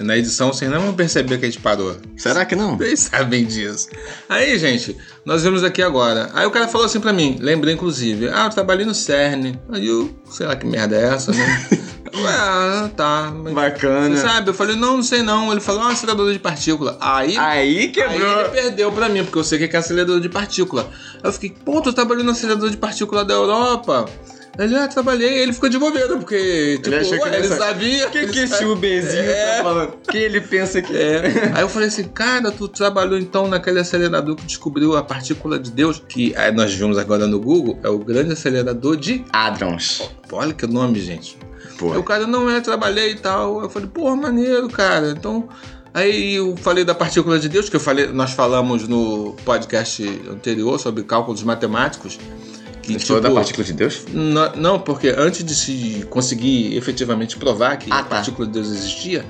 Na edição vocês não vão perceber que a gente parou. *laughs*
Será que não?
Vocês sabem disso. Aí, gente, nós vimos aqui agora. Aí o cara falou assim pra mim, lembrei inclusive, ah, eu trabalhei no CERN. Aí eu, sei lá que merda é essa, né? Eu, ah, tá. mas- Você
Bacana.
sabe? Eu falei, não, não sei não. Ele falou, ah, acelerador de partícula. Aí,
Aí
aí ele
quebrou.
perdeu pra mim, porque eu sei o que é acelerador de partícula. Aí eu fiquei, pô, tu trabalhou no acelerador de partícula da Europa? Ele, ah, trabalhei. Ele ficou de bobeira, porque, tipo, ué,
achou
ele,
que ele sa-
sabia.
O que,
ele
que esse
sa-
UBzinho
É.
tá falando? O que ele pensa que é?
Aí eu falei assim, cara, tu trabalhou então naquele acelerador que descobriu a partícula de Deus, que aí nós vimos agora no Google, é o grande acelerador de.
Adrons.
Olha que nome, gente. Aí
Pô.
o cara, não é, trabalhei e tal. Eu falei, porra, maneiro, cara. Então. Aí eu falei da partícula de Deus, que eu falei, nós falamos no podcast anterior sobre cálculos matemáticos. Que, tipo,
Ele falou da partícula de Deus?
Na- Não, porque antes de se conseguir efetivamente provar que
Ah,
a
tá.
partícula de Deus existia,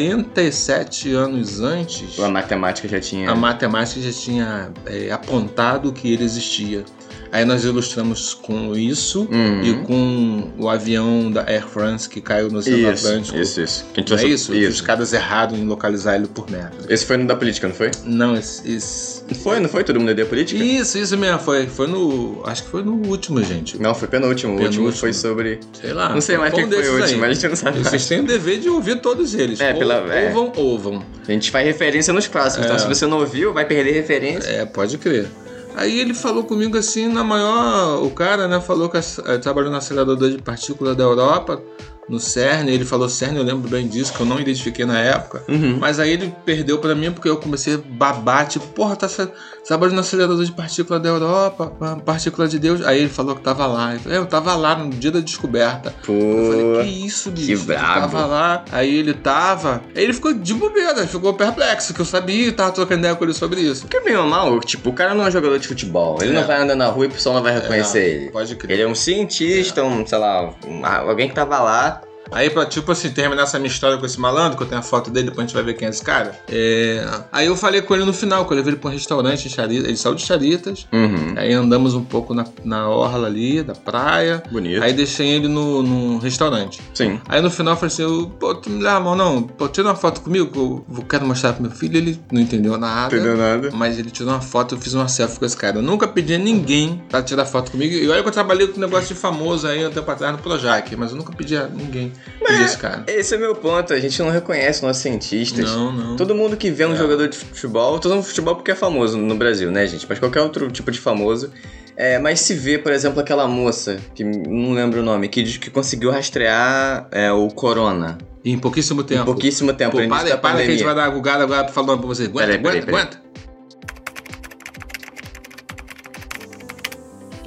47 anos antes,
A matemática já tinha.
a matemática já tinha é, apontado que ele existia. Aí nós ilustramos com isso
Uhum.
e com o avião da Air France que caiu no Oceano
Isso,
Atlântico.
isso, isso. Que a gente
Não é
vai-
isso? Os caras erraram em localizar ele por metro.
Esse foi no da política, não foi?
Não, esse- esse...
Foi, não foi? Todo mundo odeia política?
Isso, isso mesmo. Foi, foi no. Acho que foi no último, gente.
Não, foi penúltimo. O último
Penúltimo.
foi sobre.
Sei lá.
não sei mais
foi
quem
um
foi o
desses
último,
aí.
a gente não sabe. mais.
Vocês têm o dever de ouvir todos eles.
*laughs* É,
Ou-
pela- é.
Ouvam, ouvam.
A gente faz referência nos clássicos, então se você não ouviu, vai perder referência.
É, pode crer. Aí ele falou comigo assim, na maior. O cara, né, falou que ac- eh, trabalhou no acelerador de partícula da Europa, no CERN. Ele falou CERN, eu lembro bem disso, que eu não identifiquei na época.
Uhum.
Mas aí ele perdeu pra mim porque eu comecei a babar, tipo, porra, tá ace- trabalhando no acelerador de partícula da Europa, pa- partícula de Deus. Aí ele falou que tava lá. Eu falei, é, eu tava lá no dia da descoberta. Eu
Pô.
falei, que isso, bicho?
que
Ele
brabo.
Tava lá, aí ele tava. Aí ele ficou de bobeira, ficou perplexo, que eu sabia e tava trocando ideia com ele sobre isso.
Porque bem ou mal, tipo, o cara não é jogador de futebol. Ele
É.
não vai andando na rua e o pessoal não vai reconhecer
É,
ele.
Pode crer.
Ele é um cientista, um, sei lá, um- alguém que tava lá.
Aí, pra, tipo assim, terminar essa minha história com esse malandro, que eu tenho a foto dele, depois a gente vai ver quem é esse cara. É, Aí eu falei com ele no final, que eu levei ele pra um restaurante em Charitas. Ele saiu de Charitas.
Uhum.
Aí andamos um pouco na, na orla ali, da praia.
Bonito.
Aí deixei ele no, num restaurante.
Sim.
Aí no final eu falei assim, eu, pô, tu me leva a mão não, pô, tira uma foto comigo, que eu vou- quero mostrar pro meu filho, ele não entendeu nada.
Entendeu nada?
Mas ele tirou uma foto, eu fiz uma selfie com esse cara. Eu nunca pedi a ninguém pra tirar foto comigo. E olha que eu trabalhei com um negócio de famoso aí um tempo atrás no Projac, mas eu nunca pedi a ninguém pedir esse cara.
Esse é meu ponto, a gente não reconhece nossos cientistas.
Não, não.
Todo mundo que vê um jogador de futebol, todo mundo futebol porque é famoso no Brasil, né, gente? Mas qualquer outro tipo de famoso. É, mas se vê, por exemplo, aquela moça, que não lembro o nome, que diz que conseguiu rastrear é, o corona
E em pouquíssimo tempo.
em pouquíssimo tempo,
Pô,
no início
para,
da
para que a gente
pandemia.
vai dar uma gugada agora falando pra vocês. Aguenta,
Peraí, peraí,
aguenta,
peraí.
aguenta.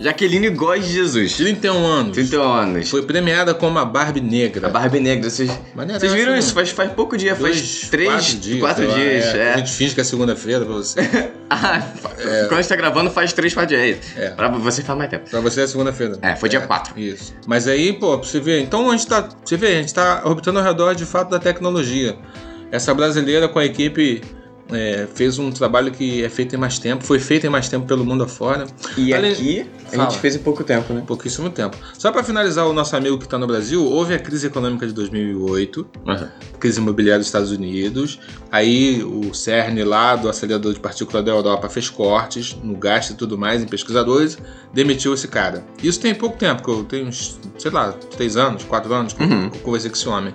Jaqueline Góes de Jesus,
31 anos.
31 anos.
Foi premiada como a Barbie Negra.
A Barbie Negra, vocês,
Maneiraça,
vocês viram
né?
isso? Faz, faz pouco dia, faz
Dois,
três,
quatro dias. sei lá,
é.
A gente finge que é segunda-feira pra você.
*laughs* Ah, Quando a gente tá gravando, faz três, quatro dias.
É.
Pra você faz mais tempo.
Pra você é segunda-feira.
É, foi dia 4.
Isso. Mas aí, pô, pra você ver. Então a gente tá. Você vê, a gente tá orbitando ao redor de fato da tecnologia. Essa brasileira com a equipe. é, fez um trabalho que é feito em mais tempo, foi feito em mais tempo pelo mundo afora,
E
Além-
aqui, a
Fala.
gente fez em pouco tempo, né?
em pouquíssimo tempo. Só pra finalizar, o nosso amigo que tá no Brasil, houve a crise econômica de 2008, crise imobiliária dos Estados Unidos, aí o CERN lá do acelerador de partícula da Europa fez cortes no gasto e tudo mais em pesquisadores, demitiu esse cara. Isso tem pouco tempo, que eu tenho uns, sei lá, três anos, quatro anos que eu-
Uhum.
que eu conversei com esse homem.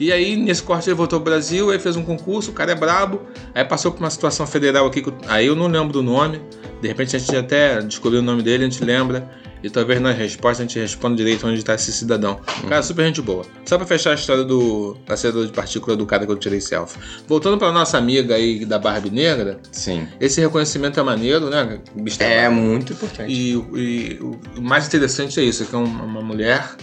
E aí, nesse corte, ele voltou ao Brasil, aí fez um concurso, o cara é brabo, aí passou por uma situação federal aqui, que eu- aí eu não lembro do nome, de repente a gente até descobriu o nome dele, a gente lembra, e talvez nas respostas a gente responda direito onde está esse cidadão. Cara, super gente boa. Só pra fechar a história do acelerador de partícula do cara que eu tirei selfie. Voltando pra nossa amiga aí da Barbie Negra,
Sim.
esse reconhecimento é maneiro, né? Bicho,
É muito importante.
E, e o mais interessante é isso, que é uma, uma mulher,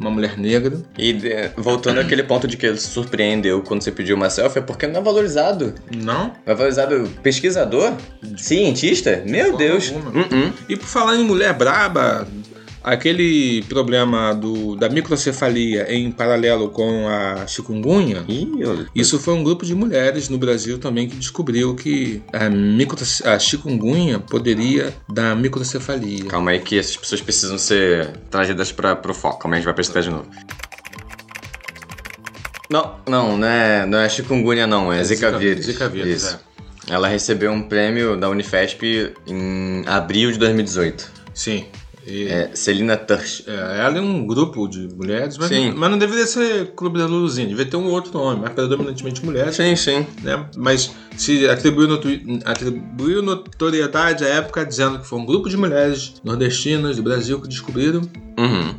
uma mulher negra,
E, de- voltando àquele ponto de que ele se surpreendeu quando você pediu uma selfie, é porque não é valorizado.
não?
Não é valorizado pesquisador? Cientista? Meu
forma
Deus.
alguma.
Uh-uh.
E por falar em mulher braba, aquele problema do, da microcefalia em paralelo com a chikungunya,
Ih, eu...
isso foi um grupo de mulheres no Brasil também que descobriu que a, micro, a chikungunya poderia dar microcefalia.
Calma aí que essas pessoas precisam ser trazidas pra, pro foco. Calma aí, a gente vai pesquisar de novo. Não, não, não é, não é chikungunya não, é, Zika vírus.
Zika vírus,
Isso.
é.
Ela recebeu um prêmio da Unifesp em abril de 2018.
Sim. E-
É, Celina Turch.
É, ela é um grupo de mulheres, mas,
Sim.
mas não deveria ser Clube da Luluzinha, devia ter um outro nome, mas predominantemente mulheres,
Sim, sim.
né? Mas se atribuiu, notu- atribuiu notoriedade à época dizendo que foi um grupo de mulheres nordestinas do Brasil que descobriram.
Uhum.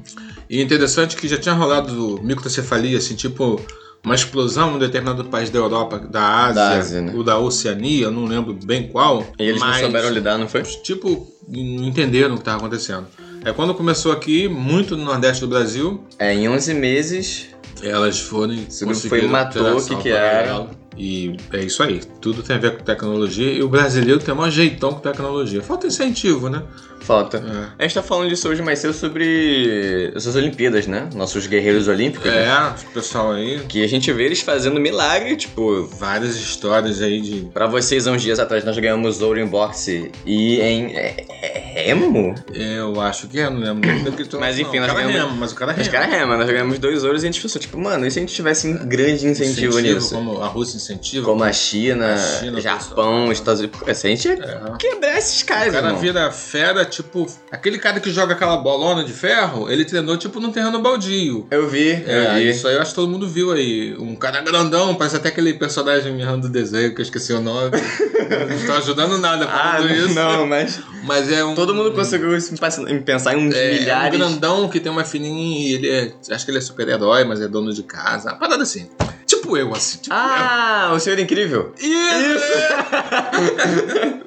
E interessante que já tinha rolado microcefalia, assim, tipo uma explosão em um determinado país da Europa, da Ásia,
Da Ásia, né?
ou da Oceania, eu não lembro bem qual.
E eles
mas-
não souberam lidar, não foi?
Tipo, não entenderam o que estava acontecendo. É quando começou aqui, muito no Nordeste do Brasil,
É, em 11 meses.
elas foram
Esse grupo
conseguiram
foi matou o
tirar
que
sarro
que
pra
era.
ela. E é isso aí. Tudo tem a ver com tecnologia. E o brasileiro tem o maior jeitão com tecnologia. Falta incentivo, né?
Falta. A
É.
gente tá falando disso hoje mais cedo sobre essas Olimpíadas, né? Nossos guerreiros olímpicos. né?
É, o pessoal aí,
Que a gente vê eles fazendo milagre, tipo.
várias histórias aí de
Pra vocês, há uns dias atrás, nós ganhamos ouro em boxe e em. É, é- remo?
Eu acho que é, não lembro. Não acredito,
Mas
não.
enfim,
o
nós
cara
ganhamos-
rema, mas o cara
Os
rema.
caras rema, nós ganhamos dois ouros e a gente pensou, tipo, mano, e se a gente tivesse um grande incentivo, nisso? Como,
Como a Rússia incentiva.
a China,
A China,
Japão,
pessoal.
Estados Unidos. Pô, se a gente ia
É.
quebrar esses
O
caras,
cara
irmão.
vira fera, tipo. Aquele cara que joga aquela bolona de ferro, ele treinou, tipo, num terreno baldio.
Eu vi, eu
É,
vi.
isso aí eu acho que todo mundo viu aí. Um cara grandão, parece até aquele personagem mesmo do desenho, que eu esqueci o
*laughs*
nome. não tá ajudando nada
Ah,
falando isso.
não, mas
Mas é um.
todo mundo conseguiu se pass- em pensar em uns
é,
milhares.
É um grandão que tem uma fininha e ele é. Acho que ele é super-herói, mas é dono de casa. Uma parada assim. Tipo eu, assim. Tipo
Ah, o senhor incrível.
eu. Isso!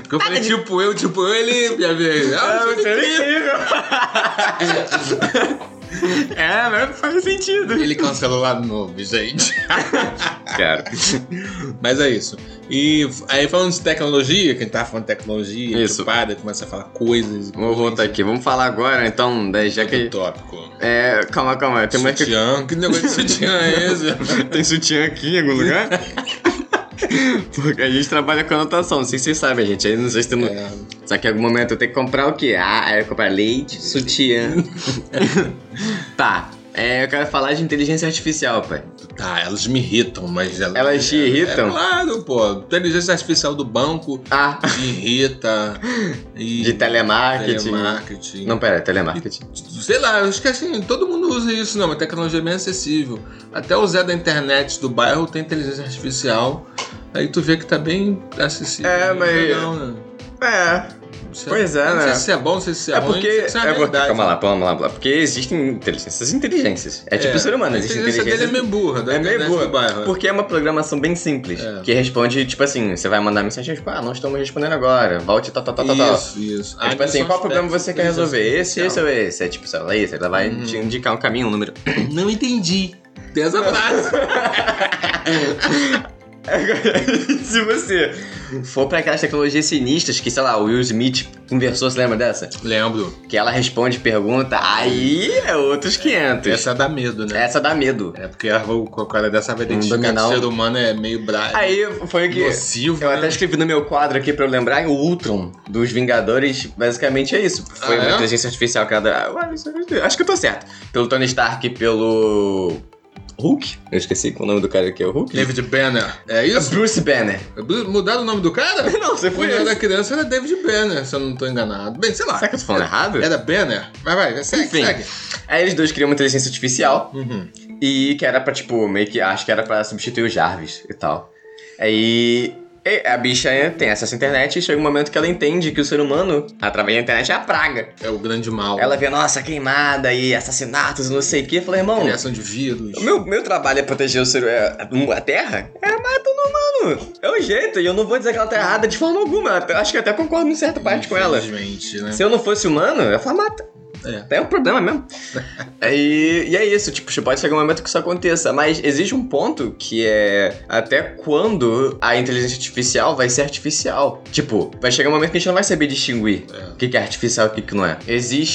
Porque eu falei, tipo eu, tipo eu,
*laughs*
ele. Minha vez. Ah,
Ah,
mas
o senhor
ele- *laughs*
incrível. *laughs* é, mas faz sentido.
ele cancelou lá no novo, gente.
Cara,
Mas é isso. E aí falando de tecnologia, quem tá falando de tecnologia,
Isso.
que para, começa a falar coisas.
vou voltar aqui. Vamos falar agora, então, né, já
Que
que...
tópico.
É, calma, calma. Tem mais que
Sutiã. Que negócio de sutiã é
*laughs*
esse?
Tem sutiã aqui em algum
*laughs*
lugar? Porque a gente trabalha com anotação, não sei se vocês sabem, gente. Aí não sei se tem.
É.
Só que em algum momento eu tenho que comprar o quê? Ah, aí eu comprar leite,
*laughs*
sutiã. tá. É, eu quero falar de inteligência artificial, pai.
Tá, elas me irritam, mas elas.
Elas te irritam?
É claro, pô. Inteligência artificial do banco
Ah,
te irrita.
*laughs*
E
de telemarketing.
telemarketing.
Não, pera, telemarketing.
Sei lá, eu acho que assim, todo mundo usa isso, não. Uma tecnologia é bem acessível. Até o Zé da internet do bairro tem inteligência artificial. Aí tu vê que tá bem acessível.
É, mas-
Não, né?
É.
Não sei-
Pois é,
não
né?
sei se isso é bom, não sei se isso é,
É
ruim.
porque.
não sei se isso é,
É porque
verdade.
calma lá, vamos lá, vamos lá. Porque existem inteligências inteligências. É tipo o ser humano,
a
existe
inteligência dele é meio burra, da
É meio
internet
boa,
do bairro.
porque é uma programação bem simples,
É.
que responde, tipo assim, você vai mandar mensagem, tipo, ah, não estamos respondendo agora, volte, tal, tal, tal, tal, tal.
Tá, Isso, isso.
É, tipo
Ah, isso é
assim,
um
qual problema
aspecto
você quer resolver? Esse,
inteligência
esse ou esse? É tipo, sei lá, esse, ela vai
Uhum.
te indicar um caminho, um número. *laughs*
artificial. Não entendi. Tem essa frase.
Se você for pra aquelas tecnologias sinistras que, sei lá, o Will Smith conversou, você lembra dessa?
Lembro.
Que ela responde pergunta, aí é outros 500. Essa,
Essa dá medo, né?
dá medo.
É, porque a o cara dessa vai identificar que
dominar
o
o-
ser humano é meio bravo.
Um Aí foi que...
nocivo.
é Eu
né?
até escrevi no meu quadro aqui pra eu lembrar, o Ultron dos Vingadores, basicamente é isso. Foi
Ah,
uma
é?
inteligência artificial criada. Ah, isso- Acho que eu tô certo. Pelo Tony Stark e pelo. Hulk? Eu esqueci o nome do cara aqui é o Hulk.
David Banner. É isso?
Bruce Banner. *laughs*
Mudaram o nome do cara?
Não, você
Quando eu era criança era David Banner, se eu não tô enganado. Bem, sei lá.
Será que eu tô falando errado?
Era Banner. Mas vai, segue,
Enfim.
segue.
Aí eles dois criam uma inteligência artificial
Uhum.
e que era pra, tipo, meio que. Acho que era pra substituir o Jarvis e tal. Aí. e A bicha tem acesso à internet e chega um momento que ela entende que o ser humano, através da internet, é a praga.
É o grande mal.
Ela vê, nossa, queimada e assassinatos, não sei o que. Falei, irmão,
Criação de vírus.
o meu, meu trabalho é proteger o ser é, a Terra? É matando o humano. É o jeito, e eu não vou dizer que ela tá errada de forma alguma. Eu Acho que eu até concordo em certa parte com ela.
Infelizmente, né?
Se eu não fosse humano, eu ia falar, mata.
É.
É um problema mesmo. *laughs* e, e é isso, tipo, pode chegar um momento que isso aconteça. Mas existe um ponto que é até quando a inteligência artificial vai ser artificial. Tipo, vai chegar um momento que a gente não vai saber distinguir
É.
o que que é artificial e o que que não é.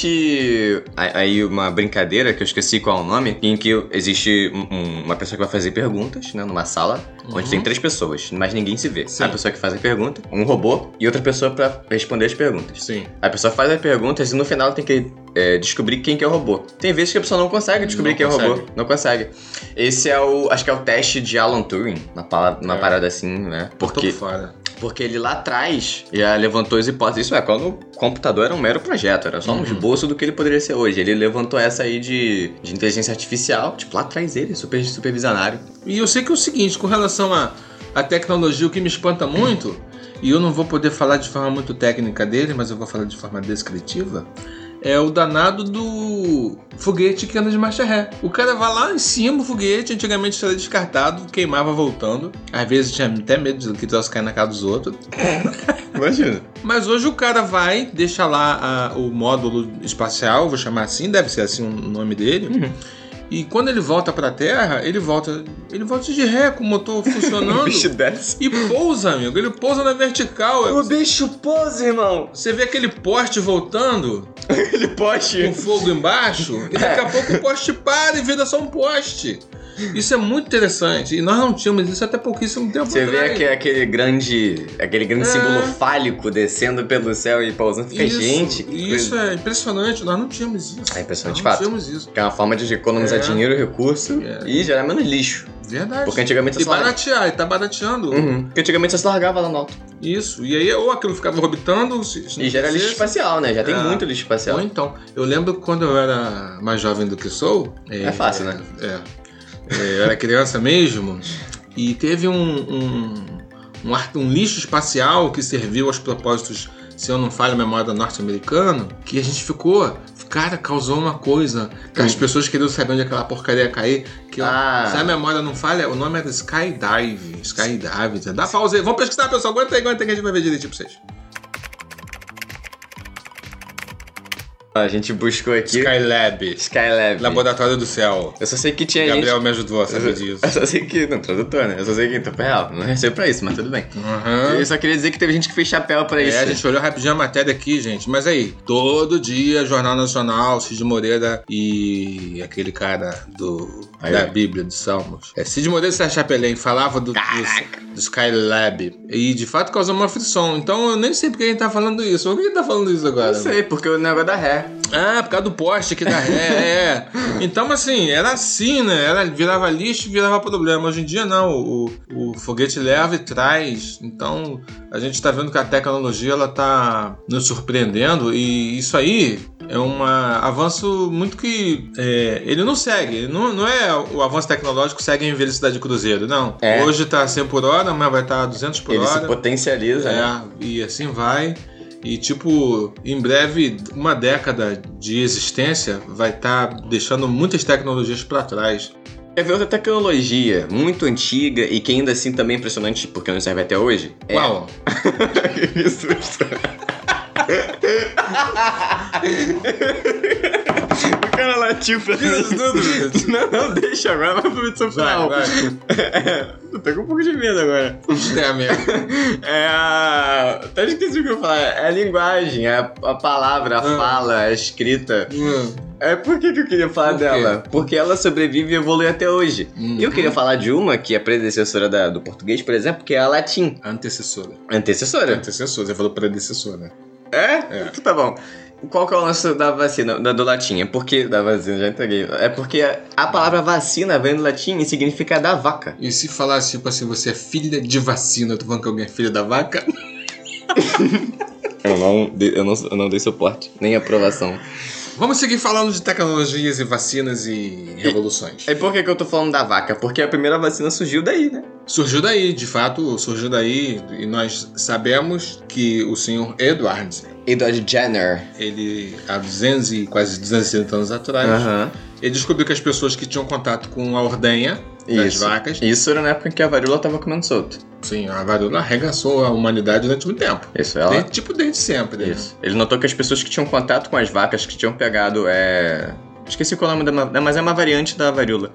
Existe a- aí uma brincadeira que eu esqueci qual é o nome, em que existe um- um- uma pessoa que vai fazer perguntas, né, numa sala, onde
Uhum.
tem três pessoas, mas ninguém se vê.
Sim.
A pessoa que faz a pergunta, um robô e outra pessoa pra responder as perguntas.
Sim.
A pessoa faz as perguntas e no final tem que é, descobrir quem que é o robô. Tem vezes que a pessoa não consegue descobrir
Não
quem é o
consegue.
robô. Não consegue. Esse é o. Acho que é o teste de Alan Turing, uma, pala- uma
É.
parada assim, né?
Tô por
Porque.
fora.
Porque ele lá atrás já levantou as hipóteses. Isso é, quando o computador era um mero projeto, era só um
Uhum.
esboço do que ele poderia ser hoje. Ele levantou essa aí de, de inteligência artificial, tipo, lá atrás ele, super, super visionário.
E eu sei que é o seguinte, com relação à à tecnologia, o que me espanta muito, e eu não vou poder falar de forma muito técnica dele, mas eu vou falar de forma descritiva, é o danado do foguete que anda de marcha ré. O cara vai lá em cima, o foguete antigamente era descartado, queimava voltando. Às vezes tinha até medo do que troço cair na cara dos outros.
Imagina.
Mas hoje o cara vai, deixa lá a- o módulo espacial, vou chamar assim, deve ser assim o nome dele.
Uhum.
E quando ele volta pra Terra, ele volta, ele volta de ré com o motor
O *laughs*
funcionando
bicho desce.
e pousa, amigo. Ele pousa na vertical.
bicho pose, irmão.
Você vê aquele poste voltando
Ele poste.
com fogo embaixo e
É.
daqui a pouco o poste para e vira só um poste. Isso é muito interessante e nós não tínhamos isso até pouquíssimo tempo
Você vê é
atrás.
aque- aquele grande, aquele grande
É.
símbolo fálico descendo pelo céu e pausando. Fica,
isso,
gente, que
isso
coisa.
é impressionante. Nós não tínhamos isso.
É impressionante,
Nós
de fato.
não tínhamos isso.
Que é uma forma de economizar
É.
dinheiro, recurso
É.
e gerar menos lixo.
Verdade.
Porque antigamente você
E
só largava.
baratear, e tá barateando.
Uhum. Porque antigamente você só largava lá no alto.
Isso. E aí, ou aquilo ficava orbitando. se- se não
E gera lixo
quisesse,
espacial, né? Já tem
É.
muito lixo espacial.
Ou então, eu lembro quando eu era mais jovem do que sou.
É fácil, né?
É. É, eu era criança mesmo. E teve um, um, um, ar- um lixo espacial que serviu aos propósitos, se eu não falho a memória, norte-americano. Que a gente ficou. Cara, causou uma coisa. Que as
Hum.
pessoas queriam saber onde aquela porcaria ia cair. Que eu-
Ah.
Se a memória não falha, o nome era Skydive. Skydive. Dá pausa aí. Vamos pesquisar, pessoal. Aguenta aí, aguenta aí que a gente vai ver direitinho pra vocês.
A gente buscou aqui
Skylab.
Skylab.
Laboratório do Céu.
Eu só sei que tinha
Gabriel me ajudou a
gente.
saber disso.
Eu só sei que. Não, tradutor, né? Eu só sei que em tempo real. Não recebo pra isso, mas tudo bem.
Aham.
Eu só queria dizer que teve gente que fez chapéu pra isso.
É, a gente olhou rapidinho a matéria aqui, gente. Mas aí, todo dia, Jornal Nacional, Cid Moreira e aquele cara do
Aí,
da
ó.
Bíblia, de Salmos. É, Cid Moreira e Sérgio Chapelin falava do, do,
Caraca.
do Skylab. E de fato causou uma frição. Então eu nem sei por que a gente tá falando isso. Por que a gente tá falando isso agora?
Não sei, porque o negócio da ré.
Ah, por causa do poste que dá ré, é. Então, assim, era assim, né? Era, virava lixo e virava problema. Hoje em dia, não. O, o foguete leva e traz. Então, a gente tá vendo que a tecnologia, ela tá nos surpreendendo. E isso aí é um avanço muito que... é, ele não segue. Ele Não, não é o avanço tecnológico segue em velocidade de cruzeiro, não.
É.
Hoje tá 100 por hora, amanhã vai estar tá 200 por
Ele
hora.
se potencializa, né?
É, e assim vai. E, tipo, em breve, uma década de existência vai estar deixando muitas tecnologias pra trás.
Quer ver outra tecnologia muito antiga e que ainda assim também é impressionante porque não serve até hoje? É.
Uau!
que susto. o cara latiu pra mim. *laughs* Não, não, deixa agora, vai pro edição
Vai,
final.
vai.
É, eu tô com um pouco de medo agora.
É, amigo.
*laughs* É a. Até esqueci o que eu ia falar. É a linguagem, é a, a palavra, a
Ah.
fala, é a escrita.
Hum.
É por que, que eu queria falar
Por quê?
dela? Porque ela sobrevive e evolui até hoje.
Uhum.
E eu queria falar de uma que é predecessora da- do português, por exemplo, que é a latim.
Antecessora.
Antecessora.
Antecessora, você falou predecessora.
É?
É.
Tá bom. Qual que é o lance da vacina, da, do latim? É porque. Da vacina, já entreguei. É porque a, a palavra vacina vem do latim e significa da vaca.
E se falasse, tipo assim, você é filha de vacina, eu tô falando que alguém é filha da vaca? *laughs*
Eu não, dei- eu não, eu não dei suporte, nem aprovação.
Vamos seguir falando de tecnologias e vacinas e revoluções.
E por que, que eu tô falando da vaca? Porque a primeira vacina surgiu daí, né?
Surgiu daí, de fato, surgiu daí, e nós sabemos que o senhor Edward
Edward Jenner.
ele há 200 e quase 270 anos atrás,
Aham.
ele descobriu que as pessoas que tinham contato com a ordenha das
Isso.
vacas,
Isso era na época em que a varíola tava comendo solto.
sim, a varíola arregaçou a humanidade durante muito tempo.
Isso, ela.
Desde- tipo desde sempre. né?
Isso. Ele notou que as pessoas que tinham contato com as vacas, que tinham pegado. É... Esqueci qual é o nome da. ma- Mas é uma variante da varíola.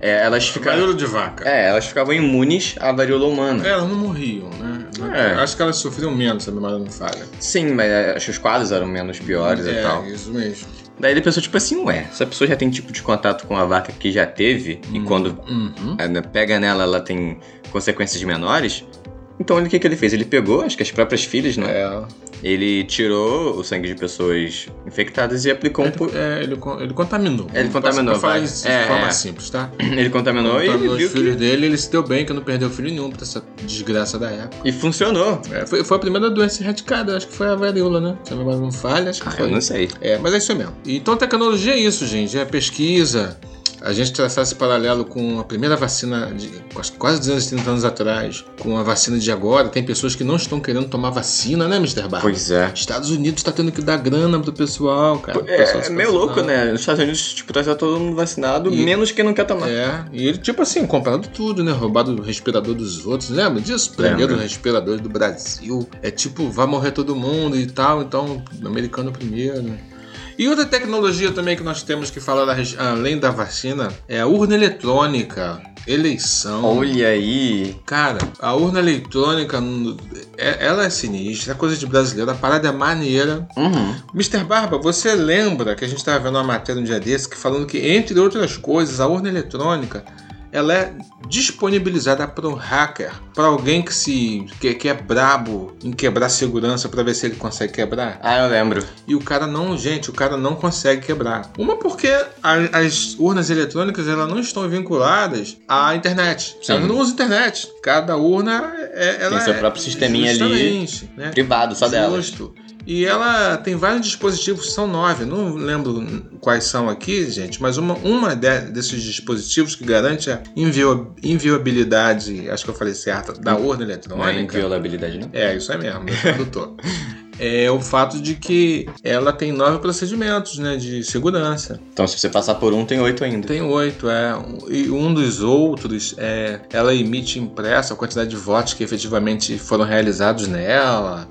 É.
É, elas ficaram.
Varíola de vaca. É,
É, elas ficavam imunes à varíola humana.
Elas não morriam, né?
É.
Acho que elas sofriam menos, se a memória não falha.
Sim, mas é, acho que os quadros eram menos piores
é,
e tal.
isso mesmo.
Daí ele pensou, tipo assim, ué, se a pessoa já tem tipo de contato com a vaca que já teve, e
Hum.
quando eh,
Uhum.
é, né, pega nela ela tem consequências menores, Então ele- o que, que ele fez? Ele pegou, acho que as próprias filhas, né?
É,
Ele tirou o sangue de pessoas infectadas e aplicou um pouco.
É, ele, con- ele contaminou.
Ele contaminou,
Pra falar
vai.
isso
É,
de forma
é.
simples, tá?
Ele contaminou e ele
Contaminou os
viu que...
filhos dele, ele se deu bem, que não perdeu filho nenhum pra essa desgraça da época.
E funcionou.
É, foi, foi a primeira doença erradicada, acho que foi a varíola, né? Se a memória não falha, acho que
Ah,
foi.
eu não sei.
É, mas é isso mesmo. Então, tecnologia é isso, gente. É pesquisa. A gente traçar esse paralelo com a primeira vacina de quase- quase 230 anos atrás, com a vacina de agora, tem pessoas que não estão querendo tomar vacina, né, Mr. Barra?
Pois é.
Estados Unidos tá tendo que dar grana pro pessoal, cara. Pro pessoal
É,
se
meio
vacinar.
louco, né? Nos Estados Unidos, tipo, tá já todo mundo vacinado,
E-
menos quem não quer tomar.
É, e ele, tipo assim, comprando tudo, né? Roubado o respirador dos outros. Lembra disso? Primeiro
Lembro.
respirador do Brasil. É tipo, vai morrer todo mundo e tal, então, americano primeiro. né? E outra tecnologia também que nós temos que falar, da regi- além da vacina, é a urna eletrônica. Eleição.
Olha aí.
Cara, a urna eletrônica, hum, é- ela é sinistra, é coisa de brasileiro, a parada é maneira.
Uhum.
Mr. Barba, você lembra que a gente estava vendo uma matéria um dia desse que falando que, entre outras coisas, a urna eletrônica ela é disponibilizada para um hacker, para alguém que se que, que é brabo em quebrar segurança para ver se ele consegue quebrar.
Ah, eu lembro.
E o cara não, gente, o cara não consegue quebrar. Uma porque a- as urnas eletrônicas elas não estão vinculadas à internet.
Sim.
Elas não usam internet. Cada urna é, ela
Tem seu
é-
próprio sisteminha ali.
justamente, Né?
Privado, só dela.
Justo. E ela tem vários dispositivos, são nove, não lembro quais são aqui, gente, mas uma, uma de- desses dispositivos que garante a invio- inviolabilidade, acho que eu falei certo, da
Não
urna
é
eletrônica.
inviolabilidade, não?
É, isso aí mesmo, eu doutor. É o fato de que ela tem nove procedimentos né, de segurança.
Então, se você passar por um, tem oito ainda.
Tem oito, é. E um dos outros, é, ela emite impressa a quantidade de votos que efetivamente foram realizados nela.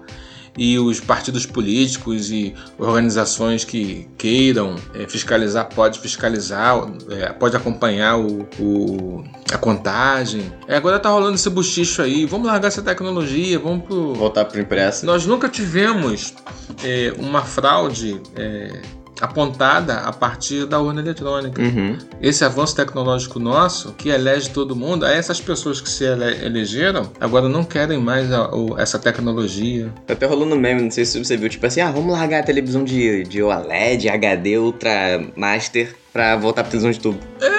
E os partidos políticos e organizações que queiram é, fiscalizar, pode fiscalizar, é, pode acompanhar o, o- a contagem. É, agora tá rolando esse buchicho aí. Vamos largar essa tecnologia, vamos pro.
Voltar pro impresso.
Nós nunca tivemos é, uma fraude é, apontada a partir da urna eletrônica.
Uhum.
Esse avanço tecnológico nosso, que elege todo mundo, aí essas pessoas que se ele- elegeram agora não querem mais a- o- essa tecnologia.
Tá até rolando um meme, não sei se você viu, tipo assim, ah, vamos largar a televisão de, de OLED, HD, Ultra Master pra voltar pra televisão de tubo.
A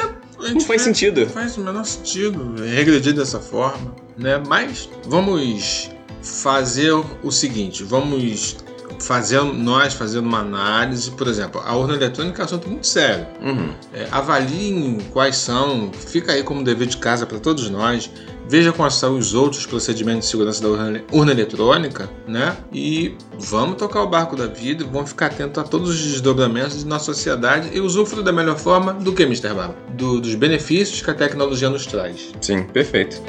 Não
gente
faz
vê-
sentido.
Não faz o menor sentido regredir dessa forma, né? Mas vamos fazer o seguinte, vamos fazer nós fazendo uma análise, por exemplo, a urna eletrônica é um assunto muito sério.
Uhum.
É, avaliem quais são, fica aí como dever de casa para todos nós. Veja quais são os outros procedimentos de segurança da urna, urna eletrônica, né? E vamos tocar o barco da vida, vamos ficar atento a todos os desdobramentos de nossa sociedade e usufruir da melhor forma do que, Mr. Barba? Do- dos benefícios que a tecnologia nos traz.
Sim, perfeito.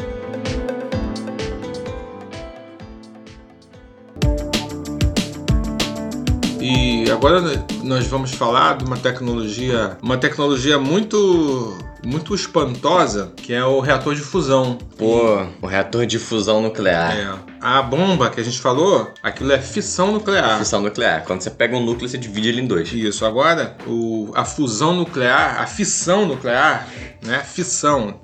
E agora no- nós vamos falar de uma tecnologia, uma tecnologia muito, muito espantosa, que é o reator de fusão.
Pô, o reator de fusão nuclear.
É, a bomba que a gente falou, aquilo é fissão nuclear.
Fusão nuclear. Quando você pega um núcleo, você divide ele em dois. *laughs*
Isso, agora, o, a fusão nuclear, a fissão nuclear, né? Fissão.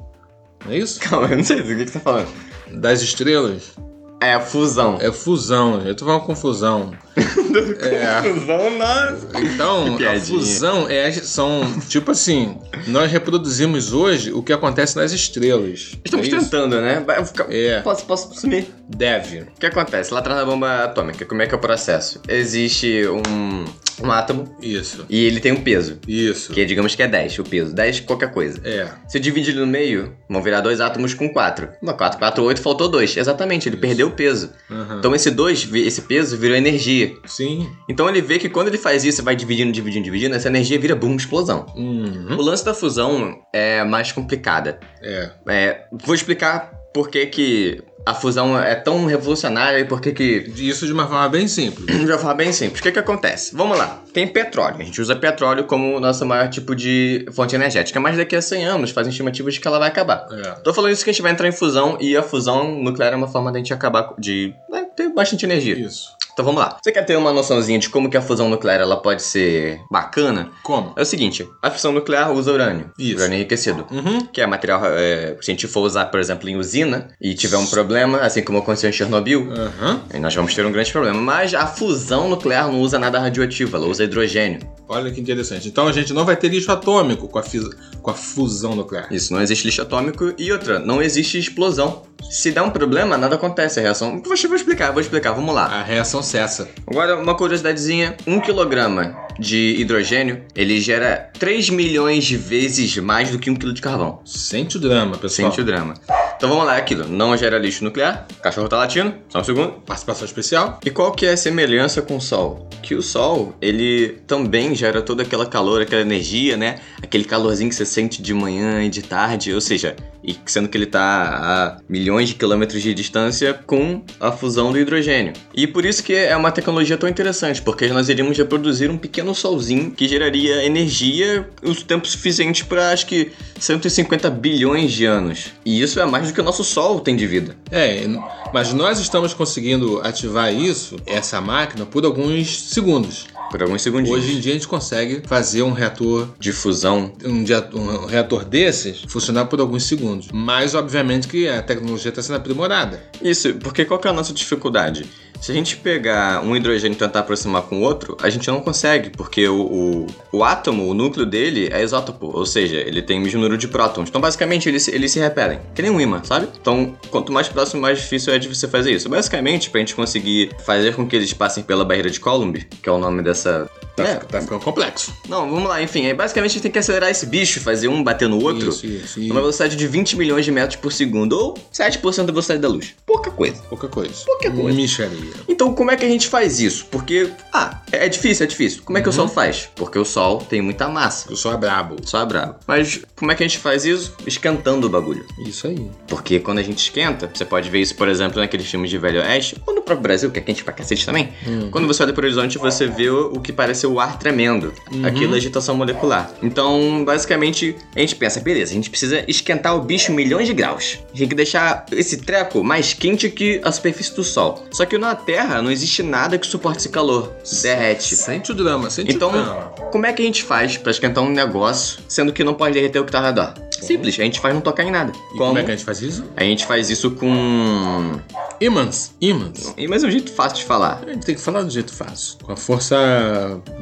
Não é isso?
Calma, eu não sei do que que você tá falando.
Das estrelas.
É a fusão.
É fusão, eu tô falando
*laughs*
confusão. É.
Fusão, nossa.
Então, a
Piadinha.
fusão é, são, tipo assim, nós reproduzimos hoje o que acontece nas estrelas. Não
Estamos
é isso?
tentando, né? Vai- eu fica-
É,
Posso, posso sumir.
deve.
O que acontece? Lá atrás da bomba atômica, como é que é o processo? Existe um, um átomo
Isso,
e ele tem um peso.
isso.
Que digamos que é 10, o peso. 10 qualquer coisa.
É,
Se eu dividir ele no meio, vão virar dois átomos com 4. 4, 4, 8, faltou 2. Exatamente, ele
Isso. Ah.
perdeu o peso.
aham.
Então esse 2, esse peso, virou energia.
sim.
Então ele vê que quando ele faz isso, vai dividindo, dividindo, dividindo, essa energia vira, boom, explosão.
Uhum.
O lance da fusão é mais complicada.
É,
É, vou explicar por que, que a fusão é tão revolucionária e por que, que.
isso de uma forma bem simples.
Já vou falar bem simples. O que, que acontece? Vamos lá. Tem petróleo. A gente usa petróleo como nosso maior tipo de fonte energética. Mas daqui a 100 anos fazem estimativas de que ela vai acabar.
É.
Tô falando isso que a gente vai entrar em fusão e a fusão nuclear é uma forma da gente acabar de né, ter bastante energia.
Isso.
Então vamos lá. Você quer ter uma noçãozinha de como que a fusão nuclear ela pode ser bacana?
Como?
É o seguinte, a fissão nuclear usa urânio.
Isso.
Urânio enriquecido.
Uhum.
Que é material, é, se a gente for usar, por exemplo, em usina e tiver um problema, assim como aconteceu em Chernobyl,
Aham.
aí nós vamos ter um grande problema. Mas a fusão nuclear não usa nada radioativo, ela usa hidrogênio.
Olha que interessante. Então a gente não vai ter lixo atômico com a, fis- com a fusão nuclear.
Isso, não existe lixo atômico. E outra, não existe explosão. Se der um problema, nada acontece. A reação. Vou vou explicar, vou explicar, vamos lá.
A reação cessa.
Agora, uma curiosidadezinha: 1 kg de hidrogênio ele gera 3 milhões de vezes mais do que 1 kg de carvão.
Sente o drama, pessoal.
Sente o drama. Então vamos lá, aquilo. Não gera lixo nuclear. Cachorro tá latindo. Só um segundo.
Participação especial.
E qual que é a semelhança com o Sol? Que o Sol, ele também gera toda aquela calor, aquela energia, né? Aquele calorzinho que você sente de manhã e de tarde, ou seja, e sendo que ele tá a milhões de quilômetros de distância com a fusão do hidrogênio. E por isso que é uma tecnologia tão interessante, porque nós iríamos reproduzir um pequeno solzinho que geraria energia o tempo suficiente para acho que 150 bilhões de anos. E isso é mais do que o nosso Sol tem de vida.
É, e n- mas nós estamos conseguindo ativar isso, essa máquina, por alguns segundos.
Por alguns segundinhos.
Hoje em dia a gente consegue fazer um reator
de fusão
um, dia- um reator desses funcionar por alguns segundos. Mas, obviamente, que a tecnologia está sendo aprimorada.
Isso, porque qual que é a nossa dificuldade? Se a gente pegar um hidrogênio e tentar aproximar com o outro, a gente não consegue, porque o, o, o átomo, o núcleo dele é isótopo, ou seja, ele tem o mesmo número de prótons. Então, basicamente, eles, se- eles se repelem, que nem um ímã, sabe? Então, quanto mais próximo, mais difícil é de você fazer isso. Basicamente, pra gente conseguir fazer com que eles passem pela barreira de Coulomb, que é o nome dessa...
Tá,
É,
tá ficando complexo.
não, vamos lá, enfim, aí basicamente a gente tem que acelerar esse bicho, fazer um bater no outro...
Isso, isso, isso.
Numa velocidade de 20 milhões de metros por segundo, ou 7% da velocidade da luz. Pouca coisa.
Pouca coisa.
Pouca coisa.
Micharia.
Então, como é que a gente faz isso? Porque, ah, é difícil, é difícil. Como é que o Sol faz? Porque o Sol tem muita massa.
Eu sou a brabo.
Só é brabo. Mas como é que a gente faz isso? Esquentando o bagulho.
Isso aí.
Porque quando a gente esquenta, você pode ver isso, por exemplo, naqueles filmes de Velho Oeste, ou no próprio Brasil, que é quente pra cacete também.
Hum.
Quando você olha pro horizonte, você vê o o que parece o ar tremendo.
Uhum.
Aquilo é agitação molecular. Então, basicamente, a gente pensa, beleza, a gente precisa esquentar o bicho milhões de graus. A gente tem que deixar esse treco mais quente que a superfície do Sol. Só que na Terra não existe nada que suporte esse calor. Derrete.
Sente o drama, sente
Então,
o drama.
Como é que a gente faz pra esquentar um negócio, sendo que não pode derreter o que tá ao redor? Simples, a gente faz não tocar em nada.
E como é que a gente faz isso?
A gente faz isso com.
Imãs. Imãs.
Mas é um jeito fácil de falar.
A gente tem que falar do jeito fácil. Com a força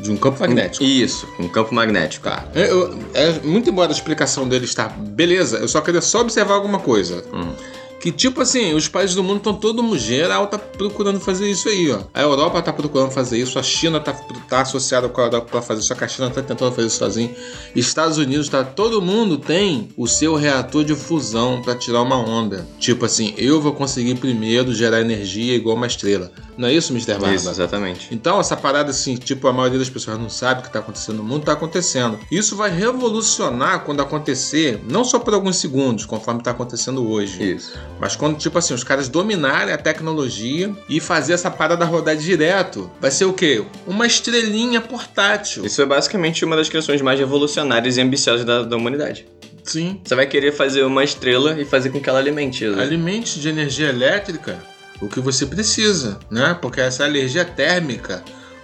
de um campo magnético.
Isso, um campo magnético.
Tá. É, eu- é, muito embora a explicação dele está beleza, eu só queria só observar alguma coisa.
Hum.
Que tipo assim, os países do mundo estão todo mundo geral tá procurando fazer isso aí, ó. A Europa tá procurando fazer isso, a China tá, tá associada com a Europa pra fazer isso, só que a China tá tentando fazer isso sozinho. Estados Unidos tá, todo mundo tem o seu reator de fusão pra tirar uma onda. Tipo assim, eu vou conseguir primeiro gerar energia igual uma estrela. Não é isso, Mr. Barba?
Isso, exatamente.
Então, essa parada assim, tipo, a maioria das pessoas não sabe o que tá acontecendo no mundo, tá acontecendo. Isso vai revolucionar quando acontecer, não só por alguns segundos, conforme tá acontecendo hoje,
Isso.
mas quando, tipo assim, os caras dominarem a tecnologia e fazer essa parada rodar direto, vai ser o quê? Uma estrelinha portátil.
Isso é basicamente uma das criações mais revolucionárias e ambiciosas da, da humanidade.
Sim.
Você vai querer fazer uma estrela e fazer com que ela alimente. né?
Alimente de energia elétrica o que você precisa, né? Porque essa energia térmica,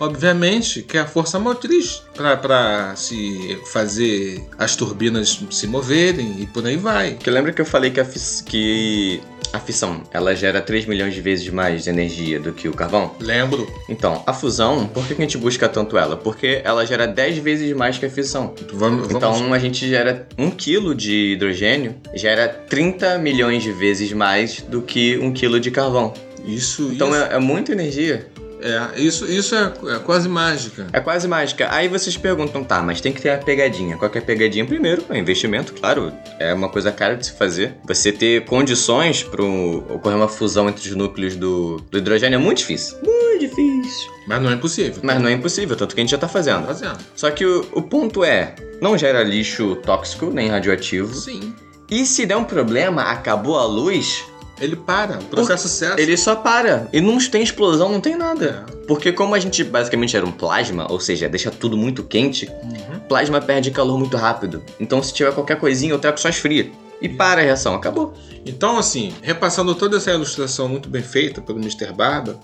obviamente, que é a força motriz para se fazer as turbinas se moverem e por aí vai.
Porque lembra que eu falei que a, fiss- que a fissão ela gera 3 milhões de vezes mais energia do que o carvão?
Lembro.
Então, a fusão, por que que a gente busca tanto ela? Porque ela gera 10 vezes mais que a fissão.
Vamos, vamos-
Então a gente gera 1 quilo de hidrogênio, gera 30 milhões de vezes mais do que 1 quilo de carvão.
isso,
Então
isso,
é, é muita energia,
é, isso, isso é, é quase mágica.
é quase mágica. Aí vocês perguntam, tá, mas tem que ter a pegadinha. Qual que é a pegadinha? Primeiro, é investimento, claro, é uma coisa cara de se fazer. Você ter condições para ocorrer uma fusão entre os núcleos do, do hidrogênio é muito difícil. Muito difícil.
Mas não é impossível.
Mas não é impossível, tanto que a gente já tá fazendo.
Tá fazendo.
Só que o, o ponto é, não gera lixo tóxico nem radioativo.
Sim.
E se der um problema, acabou a luz,
Ele para. O processo cessa.
ele só para. E não tem explosão, não tem nada.
É.
Porque como a gente basicamente era um plasma, ou seja, deixa tudo muito quente,
Uhum.
plasma perde calor muito rápido. Então se tiver qualquer coisinha, o treco só esfria. E para a reação, acabou.
Então, assim, repassando toda essa ilustração muito bem feita pelo Mr. Barba,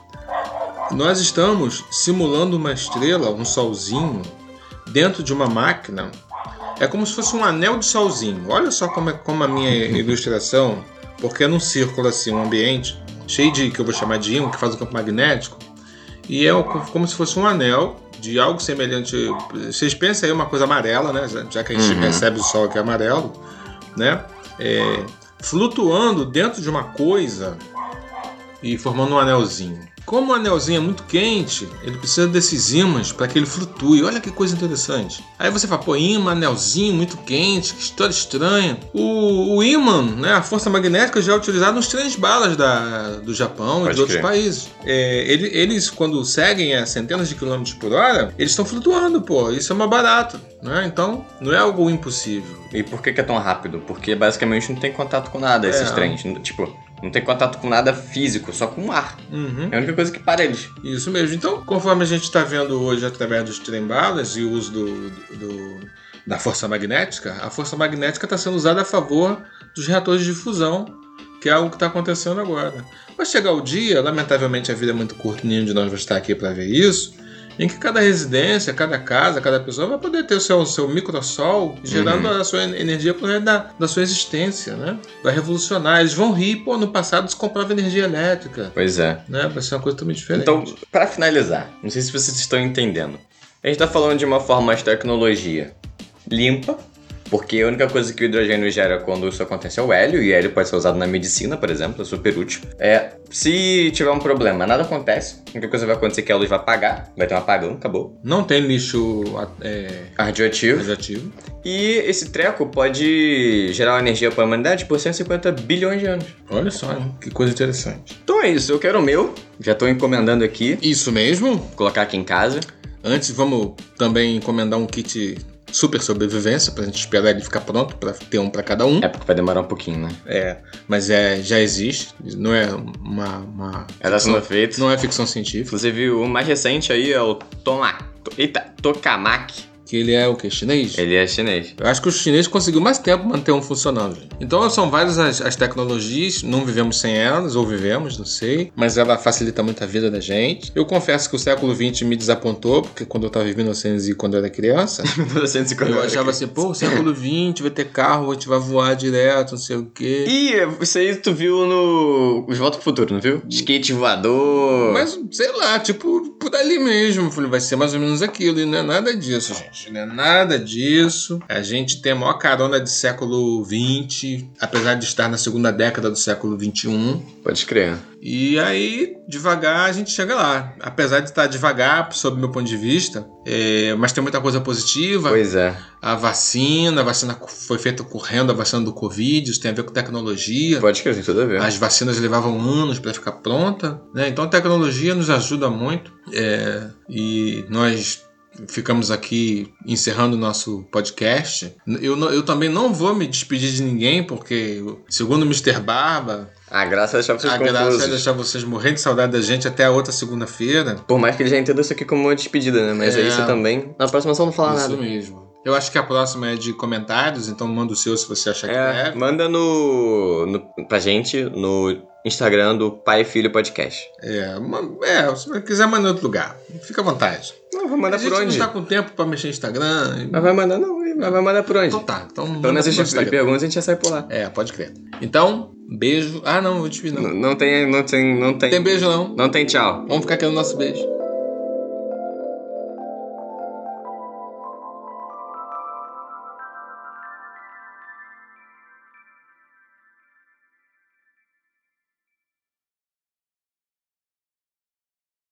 Nós estamos simulando uma estrela, um solzinho, dentro de uma máquina. É como se fosse um anel de solzinho. Olha só como, é, como a minha ilustração, porque é num círculo assim, um ambiente cheio de que eu vou chamar de ímã, que faz o campo magnético. E é o- como se fosse um anel de algo semelhante. Vocês pensam aí uma coisa amarela, né? Já- Já que a gente
Uhum.
recebe o sol que é amarelo, né? É, flutuando dentro de uma coisa e formando um anelzinho. Como o anelzinho é muito quente, ele precisa desses ímãs para que ele flutue. Olha que coisa interessante. Aí você fala, pô, ímã, anelzinho, muito quente, que história estranha. O, o ímã, né, a força magnética já é utilizada nos trens balas da, do Japão e
Pode
de outros
crer.
países. É, ele- eles, quando seguem a centenas de quilômetros por hora, eles estão flutuando, pô. Isso é uma barata, né? Então, não é algo impossível.
E por que, que é tão rápido? Porque basicamente não tem contato com nada esses
É.
trens. N- Tipo, não tem contato com nada físico, só com o ar.
Uhum.
É a única coisa que para eles.
Isso mesmo. Então, conforme a gente está vendo hoje através dos trembalas e o uso do, do- da força magnética, a força magnética está sendo usada a favor dos reatores de fusão, que é algo que está acontecendo agora. Vai chegar o dia, lamentavelmente a vida é muito curta, nenhum de nós vai estar aqui para ver isso, em que cada residência, cada casa, cada pessoa vai poder ter o seu, seu microsol gerando a sua en- energia por resto da, da sua existência, né? Vai revolucionar. Eles vão rir, pô, no passado se comprava energia elétrica,
Pois é.
né? Vai ser uma coisa totalmente diferente.
Então, pra finalizar, não sei se vocês estão entendendo. A gente tá falando de uma forma de tecnologia limpa, porque a única coisa que o hidrogênio gera quando isso acontece é o hélio, e hélio pode ser usado na medicina, por exemplo, é super útil. É, se tiver um problema, nada acontece, a única coisa que vai acontecer é que a luz vai apagar, vai ter um apagão, acabou.
Não tem lixo é,
Radioativo.
radioativo.
E esse treco pode gerar uma energia pra humanidade por 150 bilhões de anos.
Olha só, hein? que coisa interessante.
Então é isso, eu quero o meu, já tô encomendando aqui,
Isso mesmo.
vou colocar aqui em casa.
Antes, vamos também encomendar um kit super sobrevivência pra gente esperar ele ficar pronto pra ter um pra cada um.
É porque vai demorar um pouquinho, né?
É, mas é, já existe. Não é uma, uma-
Já tá sendo feito.
não é ficção científica.
Inclusive, o mais recente aí é o Toma... Eita, Tokamak.
Que ele é o que chinês.
Ele é chinês.
Eu acho que o chinês conseguiu mais tempo manter um funcionando. Então são várias as, as tecnologias, não vivemos sem elas, ou vivemos, não sei, mas ela facilita muito a vida da gente. Eu confesso que o século XX me desapontou, porque quando eu estava em 1900 e quando eu era criança,
1950.
*laughs* eu achava assim, pô, século XX vai ter carro, a gente vai voar direto, não sei o quê.
Ih, isso aí tu viu no... Os Volta pro Futuro, não viu? Skate voador...
Mas, sei lá, tipo, por ali mesmo. Falei, vai ser mais ou menos aquilo. E não é nada disso, gente. Não é nada disso. A gente tem a maior carona de século XX, apesar de estar na segunda década do século XXI.
Pode crer.
E aí, devagar, a gente chega lá. Apesar de estar devagar, sob meu ponto de vista, é, mas tem muita coisa positiva.
Pois é.
A vacina, a vacina foi feita correndo, a vacina do Covid, isso tem a ver com tecnologia.
Pode crer, tem tudo a ver.
As vacinas levavam anos para ficar pronta, né? Então a tecnologia nos ajuda muito é, e nós ficamos aqui encerrando o nosso podcast. Eu, não- eu também não vou me despedir de ninguém, porque, segundo o Mr. Barba,
A graça é deixar vocês
a graça é
confusos.
deixar vocês morrendo de saudade da gente até a outra segunda-feira.
Por mais que ele já entenda isso aqui como uma despedida, né? Mas
É.
aí você também... Na próxima só não fala
Isso
nada.
mesmo. Eu acho que a próxima é de comentários, então manda o seu se você achar que
É,
deve.
manda no, no... Pra gente no Instagram do Pai e Filho Podcast.
É, uma- é, se você quiser, manda em outro lugar. Fica à vontade.
Não, vai mandar
a gente
por onde?
não tá com tempo pra mexer no Instagram.
Mas vai mandar não, mas vai mandar por onde?
Então tá. Então manda
Pelo menos
pro
as
Instagram.
perguntas a gente já sai por lá.
É, pode crer. Então, beijo. Ah, não, vou te pedir não.
Não, não tem, não tem, não tem.
Tem beijo não.
Não tem tchau.
Vamos ficar aqui no nosso beijo.